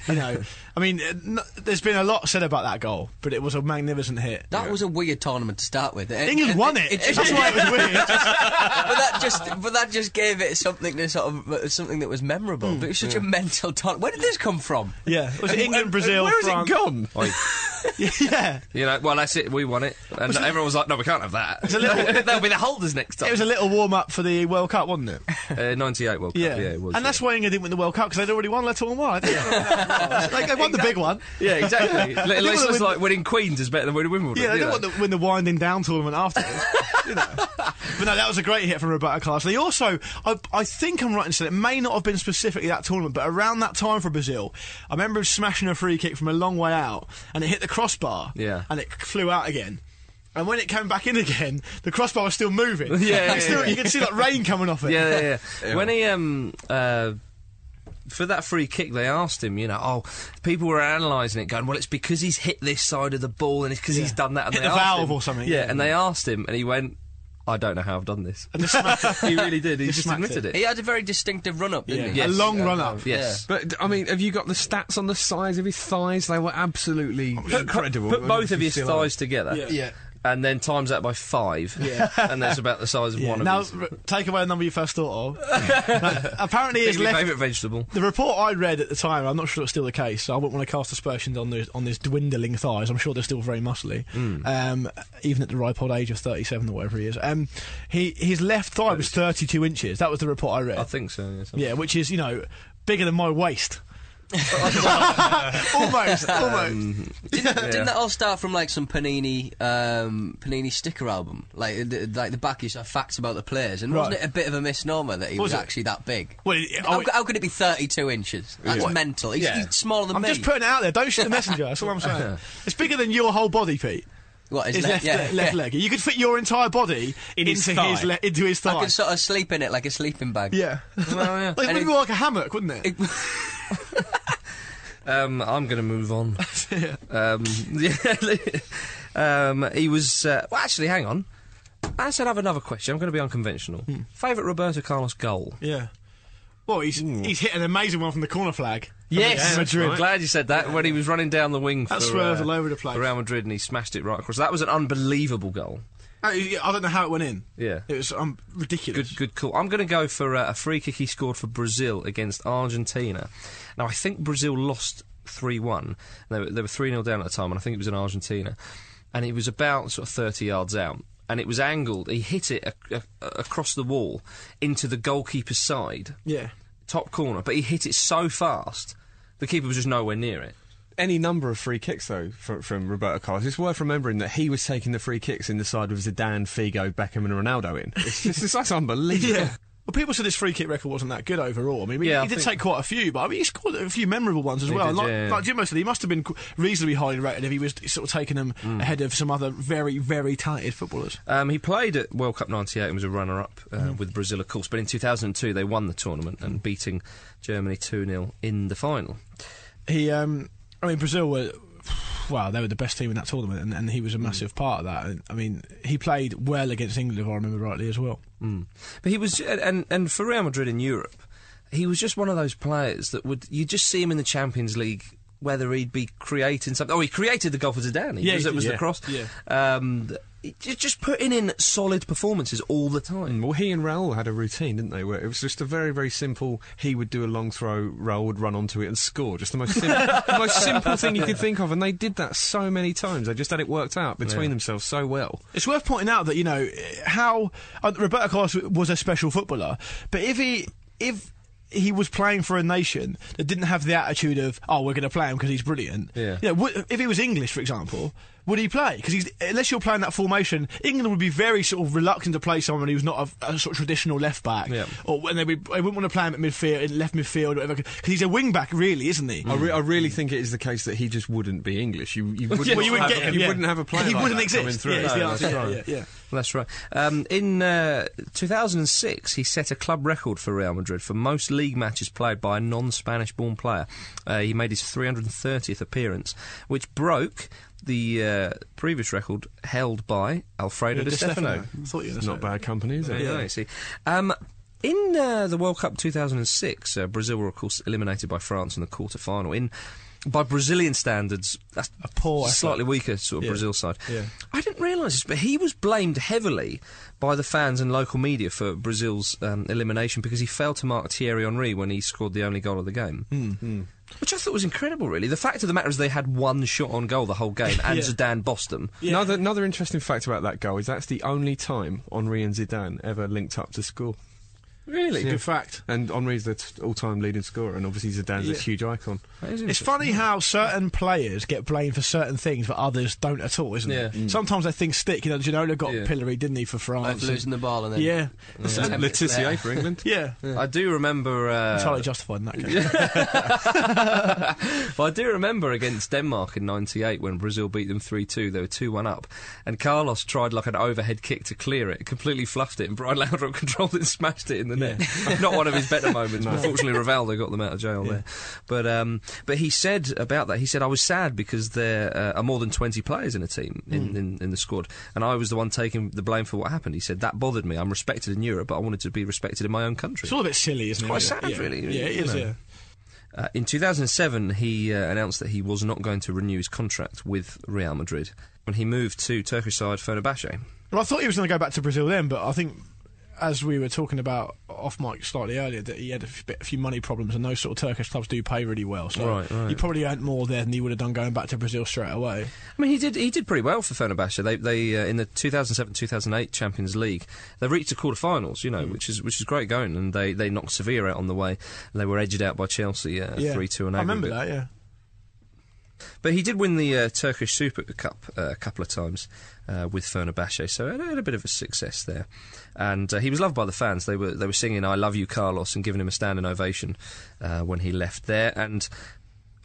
You know, I mean, uh, n- there's been a lot said about that goal, but it was a magnificent hit. That was a weird tournament to start with. It- England won it. [laughs] just- That's why it was [laughs] weird. but that just but that just gave it something to sort of uh, something that was memorable. Hmm. But it was such a mental tournament. Where did this come from? Yeah, it was And- England, and- Brazil, where has it France. Gone. [laughs] yeah, You know, well, that's it. We won it, and everyone was like, "No, we can't have [laughs] that." a little- They'll be the holders next time. it was a little warm up for the World Cup, wasn't it? uh, Ninety-eight World Cup. Yeah, it was. and that's why England didn't win the World Cup because they'd already won. Let [laughs] alone why? They like, they won the big one. yeah, [laughs] exactly. At least wanna it's win- like winning Queens is better than winning Wimbledon. Yeah, they you didn't know? want to win the winding down tournament afterwards. [laughs] you know. But no, that was a great hit from Roberto Carlos. They also, I, I think I'm right in saying it may not have been specifically that tournament, but around that time for Brazil, I remember him smashing a free kick from a long way out and it hit the crossbar. Yeah. And it flew out again. And when it came back in again, the crossbar was still [laughs] moving. yeah, It's still- yeah. You could see that rain coming off [laughs] it. yeah, yeah, yeah. When he um uh. For that free kick, they asked him, you know, oh, people were analysing it, going, well, it's because he's hit this side of the ball and it's because he's done that. And Hit they the asked valve him- or something, Yeah, yeah. and they asked him, and he went, I don't know how I've done this. And just smacked it. [laughs] he really did. He Just just smacked admitted it. He had a very distinctive run up, didn't he? A Yes. long run up. Yes. But I mean, have you got the stats on the size of his thighs? They were absolutely Oh, incredible. Put both of his thighs together. Yeah. And then times that by five. Yeah. [laughs] and that's about the size of one of Now, his. r- take away a number you [laughs] first thought of. Apparently, his His left favourite vegetable. The report I read at the time, I'm not sure it's still the case, so I wouldn't want to cast aspersions on those on these dwindling thighs. I'm sure they're still very muscly, Hmm. um, even at the ripe old age of 37 or whatever he is. Um, he his left thigh was 32 inches. That was the report I read. I think so. Yeah. something. yeah, which is you know bigger than my [laughs] waist. Um, almost, almost. Didn't, didn't that all start from like some Panini um, Panini sticker album? Like the, like the back is uh, facts about the players, and wasn't Right. it a bit of a misnomer that he Was was, it? actually that big? Well, it- how, oh, how could it be 32 inches? That's mental. He's, he's smaller than I'm me. just putting it out there. Don't shoot the messenger. That's all I'm [laughs] saying. It's bigger than your whole body, Pete. what, his His le- left, yeah, le- left yeah. [laughs] leg. You could fit your entire body In his into his, thigh. le- into his I thigh. could sort of sleep in it like a sleeping bag. yeah. Well, yeah. [laughs] Like, it And would it- be more like a hammock, wouldn't it? Um, I'm going to move [laughs] on. um, [laughs] yeah, um, he was. Uh, well, actually, hang on. I said I have another question. I'm going to be unconventional. Hmm. Favourite Roberto Carlos goal? Yeah. Well, he's he's hit an amazing one from the corner flag. Yes, From Madrid. I'm glad you said that. When he was running down the wing, for, That swerve uh, all over the place. for Real Madrid, and he smashed it right across. That was an unbelievable goal. Oh, yeah, I don't know how it went in. Yeah. It was um, ridiculous. Good, good call. I'm going to go for uh, a free kick he scored for Brazil against Argentina. Now, I think Brazil lost 3 1. They were, they were 3 0 down at the time, and I think it was in Argentina. And it was about sort of 30 yards out. And it was angled. He hit it ac- ac- across the wall into the goalkeeper's side, Yeah. top corner, but he hit it so fast, the keeper was just nowhere near it. any number of free kicks though from, from Roberto Carlos. It's worth remembering that he was taking the free kicks in the side with Zidane, Figo, Beckham, and Ronaldo in. It's just, [laughs] it's, that's unbelievable. [laughs] Yeah. Well, people said his free kick record wasn't that good overall. I mean, Yeah, I he, did think- take quite a few, but I mean, he scored a few memorable ones as well. did, like, yeah, yeah. like Jimbo said, he must have been qu- reasonably highly rated if he was sort of taking them Mm. ahead of some other very, very talented footballers. Um, he played at World Cup '98 and was a runner-up uh, with Brazil, of course. But in 2002, they won the tournament and beating Germany 2-0 in the final. He, um, I mean, Brazil were. Wow, they were the best team in that tournament, and, and he was a massive part of that. And, I mean, he played well against England, if I remember rightly, as well. Mm. But he was, and and for Real Madrid in Europe, he was just one of those players that would you just see him in the Champions League. Whether he'd be creating something, oh, he created the goal for Zidane. He Yeah, was, he it was did, the yeah. cross. Yeah. Um, he- just just putting in solid performances all the time. Well, he and Raul had a routine, didn't they? Where it was just a very, very simple. He would do a long throw, Raul would run onto it and score. Just the most, sim- the most simple thing you could think of, and they did that so many times. They just had it worked out between themselves so well. It's worth pointing out that you know how uh, Roberto Carlos was a special footballer, but if he if he was playing for a nation that didn't have the attitude of oh we're going to play him because he's brilliant. Yeah. You know, would, if he was English, for example, would he play? Because unless you're playing that formation, England would be very sort of reluctant to play someone who's not a, a sort of traditional left back. Yeah. Or when they, would- they wouldn't want to play him at midfield, in left midfield, or whatever. Because he's a wing back, really, isn't he? I, re- I really think it is the case that he just wouldn't be English. You, you wouldn't, Well, you wouldn't have, get him, you yeah. wouldn't have a player. He like wouldn't that exist. coming Through. Yeah, is the No, answer. that's Yeah, right. yeah, yeah. That's right. Um, in uh, 2006, he set a club record for Real Madrid for most league matches played by a non-Spanish born player. Uh, he made his 330th appearance, which broke the uh, previous record held by Alfredo Di Stefano. I thought you were gonna It's say not that. bad company, is it? There you go, you see. Um, in uh, the World Cup 2006, uh, Brazil were of course eliminated by France in the quarter final. In by Brazilian standards, that's A poor effort. slightly weaker sort of Brazil side. Yeah. I didn't realise this, but he was blamed heavily by the fans and local media for Brazil's um, elimination because he failed to mark Thierry Henry when he scored the only goal of the game. Hmm. Which I thought was incredible, really. The fact of the matter is they had one shot on goal the whole game, [laughs] and Zidane bossed them. Another, another interesting fact about that goal is that's the only time Henri and Zidane ever linked up to score. Really? Yeah. Good fact. And Henri's the t- all-time leading scorer, and obviously Zidane's a huge icon. It's funny how certain players get blamed for certain things, but others don't at all, isn't it? Yeah. Mm. Sometimes they think stick. You know, Ginola got Yeah. pilloried, didn't he, for Like France? losing the ball and then. yeah. Ten minutes Letitia later. for England. yeah, I do remember. Uh, Entirely justified in that [laughs] case. but I do remember against Denmark in '98 when Brazil beat them 3-2. They were 2-1 up, and Carlos tried like an overhead kick to clear it, completely fluffed it, and Brian [laughs] Laudrup controlled it and smashed it in the net. Not one of his better moments. but Unfortunately, Rivaldo got them out of jail there. But um, but he said about that. He said I was sad because there uh, are more than 20 players in a team in, in, in the squad, and I was the one taking the blame for what happened. He said that bothered me. I'm respected in Europe, but I wanted to be respected in my own country. It's all a bit silly, isn't it? quite sad, yeah. really, Yeah, it you is. know. Yeah. Uh, in 2007, he uh, announced that he was not going to renew his contract with Real Madrid when he moved to Turkish side Fenerbahce. Well, I thought he was going to go back to Brazil then, but I think as we were talking about off mic slightly earlier, that he had a, f- bit, a few money problems, and those sort of Turkish clubs do pay really well. So Right, right. he probably earned more there than he would have done going back to Brazil straight away. I mean, he did he did pretty well for Fenerbahce. They they uh, in the 2007-2008 Champions League, they reached the quarterfinals, you know, Mm. which is which is great going, and they, they knocked Sevilla out on the way. And they were edged out by Chelsea uh, Yeah. three two and I remember that. Yeah. But he did win the uh, Turkish Super Cup uh, a couple of times uh, with Fenerbahce, so he had a bit of a success there. And uh, he was loved by the fans. They were they were singing "I Love You, Carlos" and giving him a standing ovation uh, when he left there. And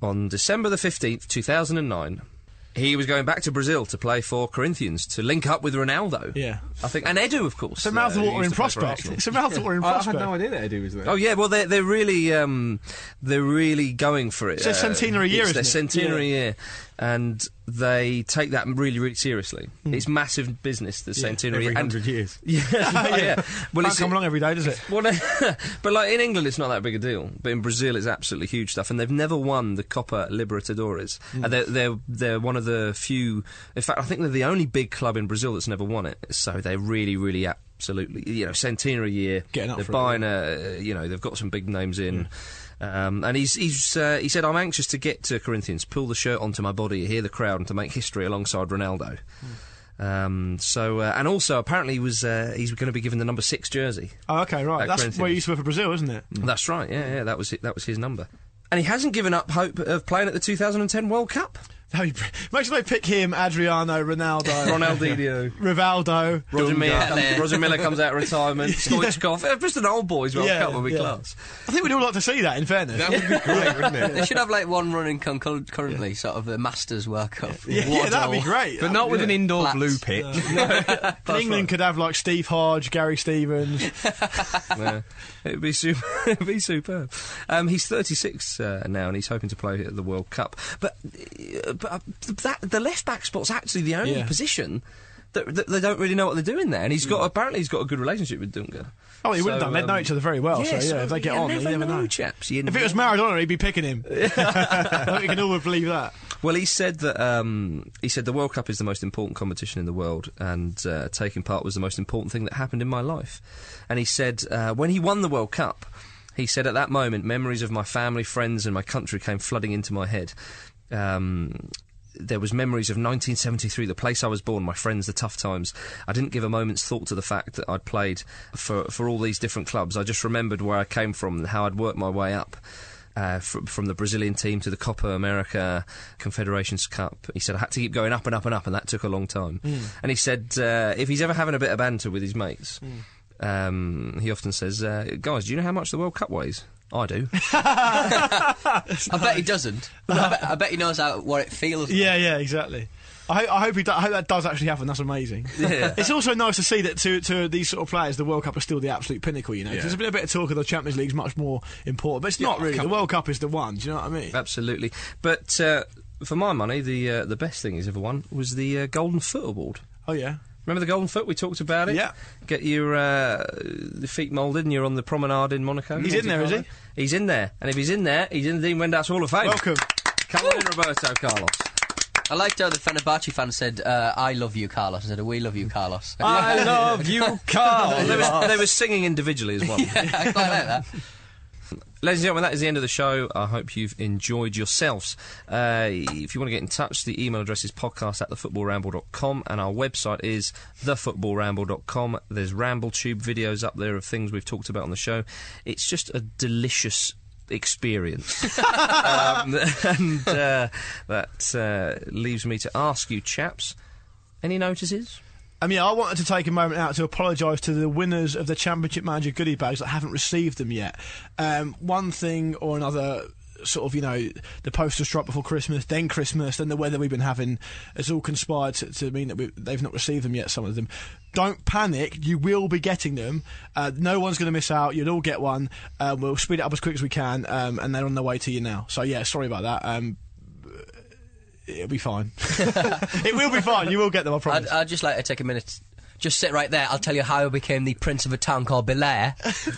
on December the fifteenth, two thousand and nine. He was going back to Brazil to play for Corinthians to link up with Ronaldo. Yeah. I think, and Edu, of course. It's a uh, mouth who watering used to play for prospect. Arsenal. It's a mouth watering [laughs] I, I prospect. had no idea that Eddie was there. Oh yeah, well they're they're really um, they're really going for it. It's their centenary year, it's their isn't it? centenary year, and they take that really really seriously. Hmm. It's massive business the centenary every and [laughs] hundred years. [laughs] yeah, yeah. Well, Can't it's come along every day, does [laughs] it? well, [laughs] no, but like in England, it's not that big a deal. But in Brazil, it's absolutely huge stuff, and they've never won the Copa Libertadores. Hmm. And they're, they're they're one of the few. In fact, I think they're the only big club in Brazil that's never won it. So they're really, really absolutely you know centenary year. Getting up they're for it, Hmm. buying a uh, you know they've got some big names in. Um, and he's, he's uh, he said, I'm anxious to get to Corinthians, pull the shirt onto my body, hear the crowd, and to make history alongside Ronaldo. Hmm. Um, so, uh, and also apparently he was uh, he's going to be given the number six jersey. Oh, okay, right. At That's Corinthians. where you used to work for Brazil, isn't Mm. it? That's right. Yeah, yeah. That was it, that was his number. And he hasn't given up hope of playing at the 2010 World [laughs] Cup. That'd be br- Make sure they pick him, Adriano, [laughs] Ronaldo, Ronaldinho. Rivaldo. Roger Miller, comes, Roger Miller comes out of [laughs] retirement. Stoichkov. Eh, Just an old boys World Cup would be class. I think we'd all like to see that. In fairness, That would be great, wouldn't [laughs] it? They should have like one running concur- currently, sort of the Masters World Cup. [laughs] yeah, yeah, that'd be great. But not with an indoor Flats. blue pitch. And England could have like Steve Hodge, Gary [laughs] Stevens. Oh, Yeah. It'd be super. [laughs] it'd be superb. Um, he's 36 uh, now, and he's hoping to play at the World Cup. But, uh, but uh, that the left back spot's actually the only Yeah. Mm. position. That, that they don't really know what they're doing there, and he's got apparently he's got a good relationship with Dunga. Oh, he would have So, done. They'd know um, each other very well. Oh, so, yeah, so if they get you on, never you never know. chaps. You If it was never- Maradona, he'd be picking [laughs] him. [laughs] I think we can all believe that. well, he said that um, he said the World Cup is the most important competition in the world, and uh, taking part was the most important thing that happened in my life. And he said uh, when he won the World Cup, he said at that moment memories of my family, friends, and my country came flooding into my head. Um, there was memories of 1973, the place I was born, my friends, the tough times. I didn't give a moment's thought to the fact that I'd played for for all these different clubs. I just remembered where I came from and how I'd worked my way up. Uh, from, from the Brazilian team to the Copa America Confederations Cup. He said, I had to keep going up and up and up, and that took a long time. Hmm. And he said, uh, if he's ever having a bit of banter with his mates, Hmm. um, he often says, uh, Guys, do you know how much the World Cup weighs? I [laughs] do. I bet he doesn't. I, bet, I bet he knows how what it feels. like. Yeah, yeah, exactly. I, ho- I hope he do- I hope that does actually happen. That's amazing. Yeah. It's also nice to see that to to these sort of players, the World Cup is still the absolute pinnacle. You know, 'cause Yeah. there's been a bit of talk of the Champions League's much more important, but it's not really. The World Cup is the one. Do you know what I mean? Absolutely. But uh, for my money, the uh, the best thing he's ever won was the uh, Golden Foot Award. Oh yeah. Remember the golden foot? We talked about it. Yeah. Get your uh, the feet moulded, and you're on the promenade in Monaco. He's in there, is he? He's in there, and if he's in there, he's in the Dean Wendat's Hall of Fame. Welcome. Come on in, Roberto Carlos. I liked how the Fenerbahce fan said, uh, I love you, Carlos, instead of we love you, Carlos. [laughs] I love you, [laughs] Carl. They were, they were singing individually as well. I quite like [laughs] that. Ladies and gentlemen, that is the end of the show. I hope you've enjoyed yourselves. Uh, if you want to get in touch, the email address is podcast at thefootballramble.com and our website is thefootballramble.com. There's Ramble Tube videos up there of things we've talked about on the show. It's just a delicious experience. um, [laughs] and uh, that uh, leaves me to ask you, chaps, any notices? I mean, I wanted to take a moment out to apologise to the winners of the Championship Manager goodie bags that haven't received them yet. Um, one thing or another. Sort of, you know, the posters dropped before Christmas, then Christmas, then the weather we've been having has all conspired to, to mean that we, they've not received them yet. Some of them. Don't panic, you will be getting them. Uh, no one's going to miss out. You'll all get one. Uh, we'll speed it up as quick as we can, um, and they're on their way to you now. So yeah, sorry about that. Um, it'll be fine. [laughs] it will be fine. You will get them. I promise. I'd, I'd just like to take a minute. Just sit right there. I'll tell you how I became the prince of a town [laughs] called Belair.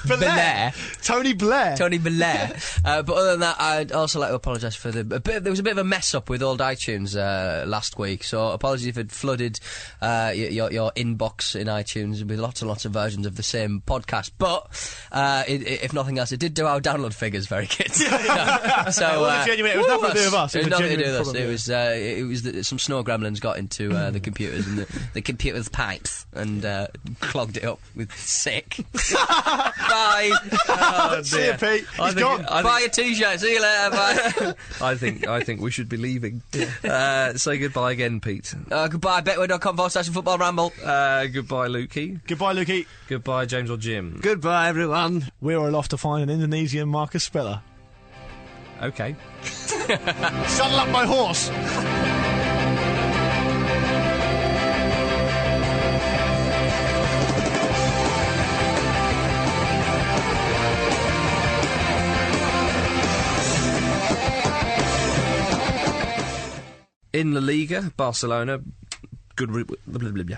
Belair. Tony Blair. Tony Belair. [laughs] Uh, but other than that, I'd also like to apologise for the. A bit, there was a bit of a mess up with old iTunes uh, last week, so apologies if it flooded uh, y- your, your inbox in iTunes with lots and lots of versions of the same podcast. But uh, it, it- if nothing else, it did do our download figures [laughs] very good. [laughs] It so wasn't genuine, it was nothing to do with us, It it was was nothing to do with genuine us. problem, It yeah. Hmm. was uh, it was that some snow gremlins got into uh, the computers and the, the computer's pipes and uh, clogged it up with [laughs] sick. Bye. Oh, See you, dear. Pete. I He's think- gone. I Buy a t-shirt. See you later. Bye. I think I think we should be leaving. Uh, say goodbye again, Pete. uh, goodbye. Betway.com forward slash football ramble. Uh, goodbye, Lukey. Goodbye, Lukey. Goodbye, James or Jim. Goodbye, everyone. We're all off to find an Indonesian Marcus Speller. Okay. Saddle up my horse. In La Liga, Barcelona. Good. Re- blah, blah, blah, blah.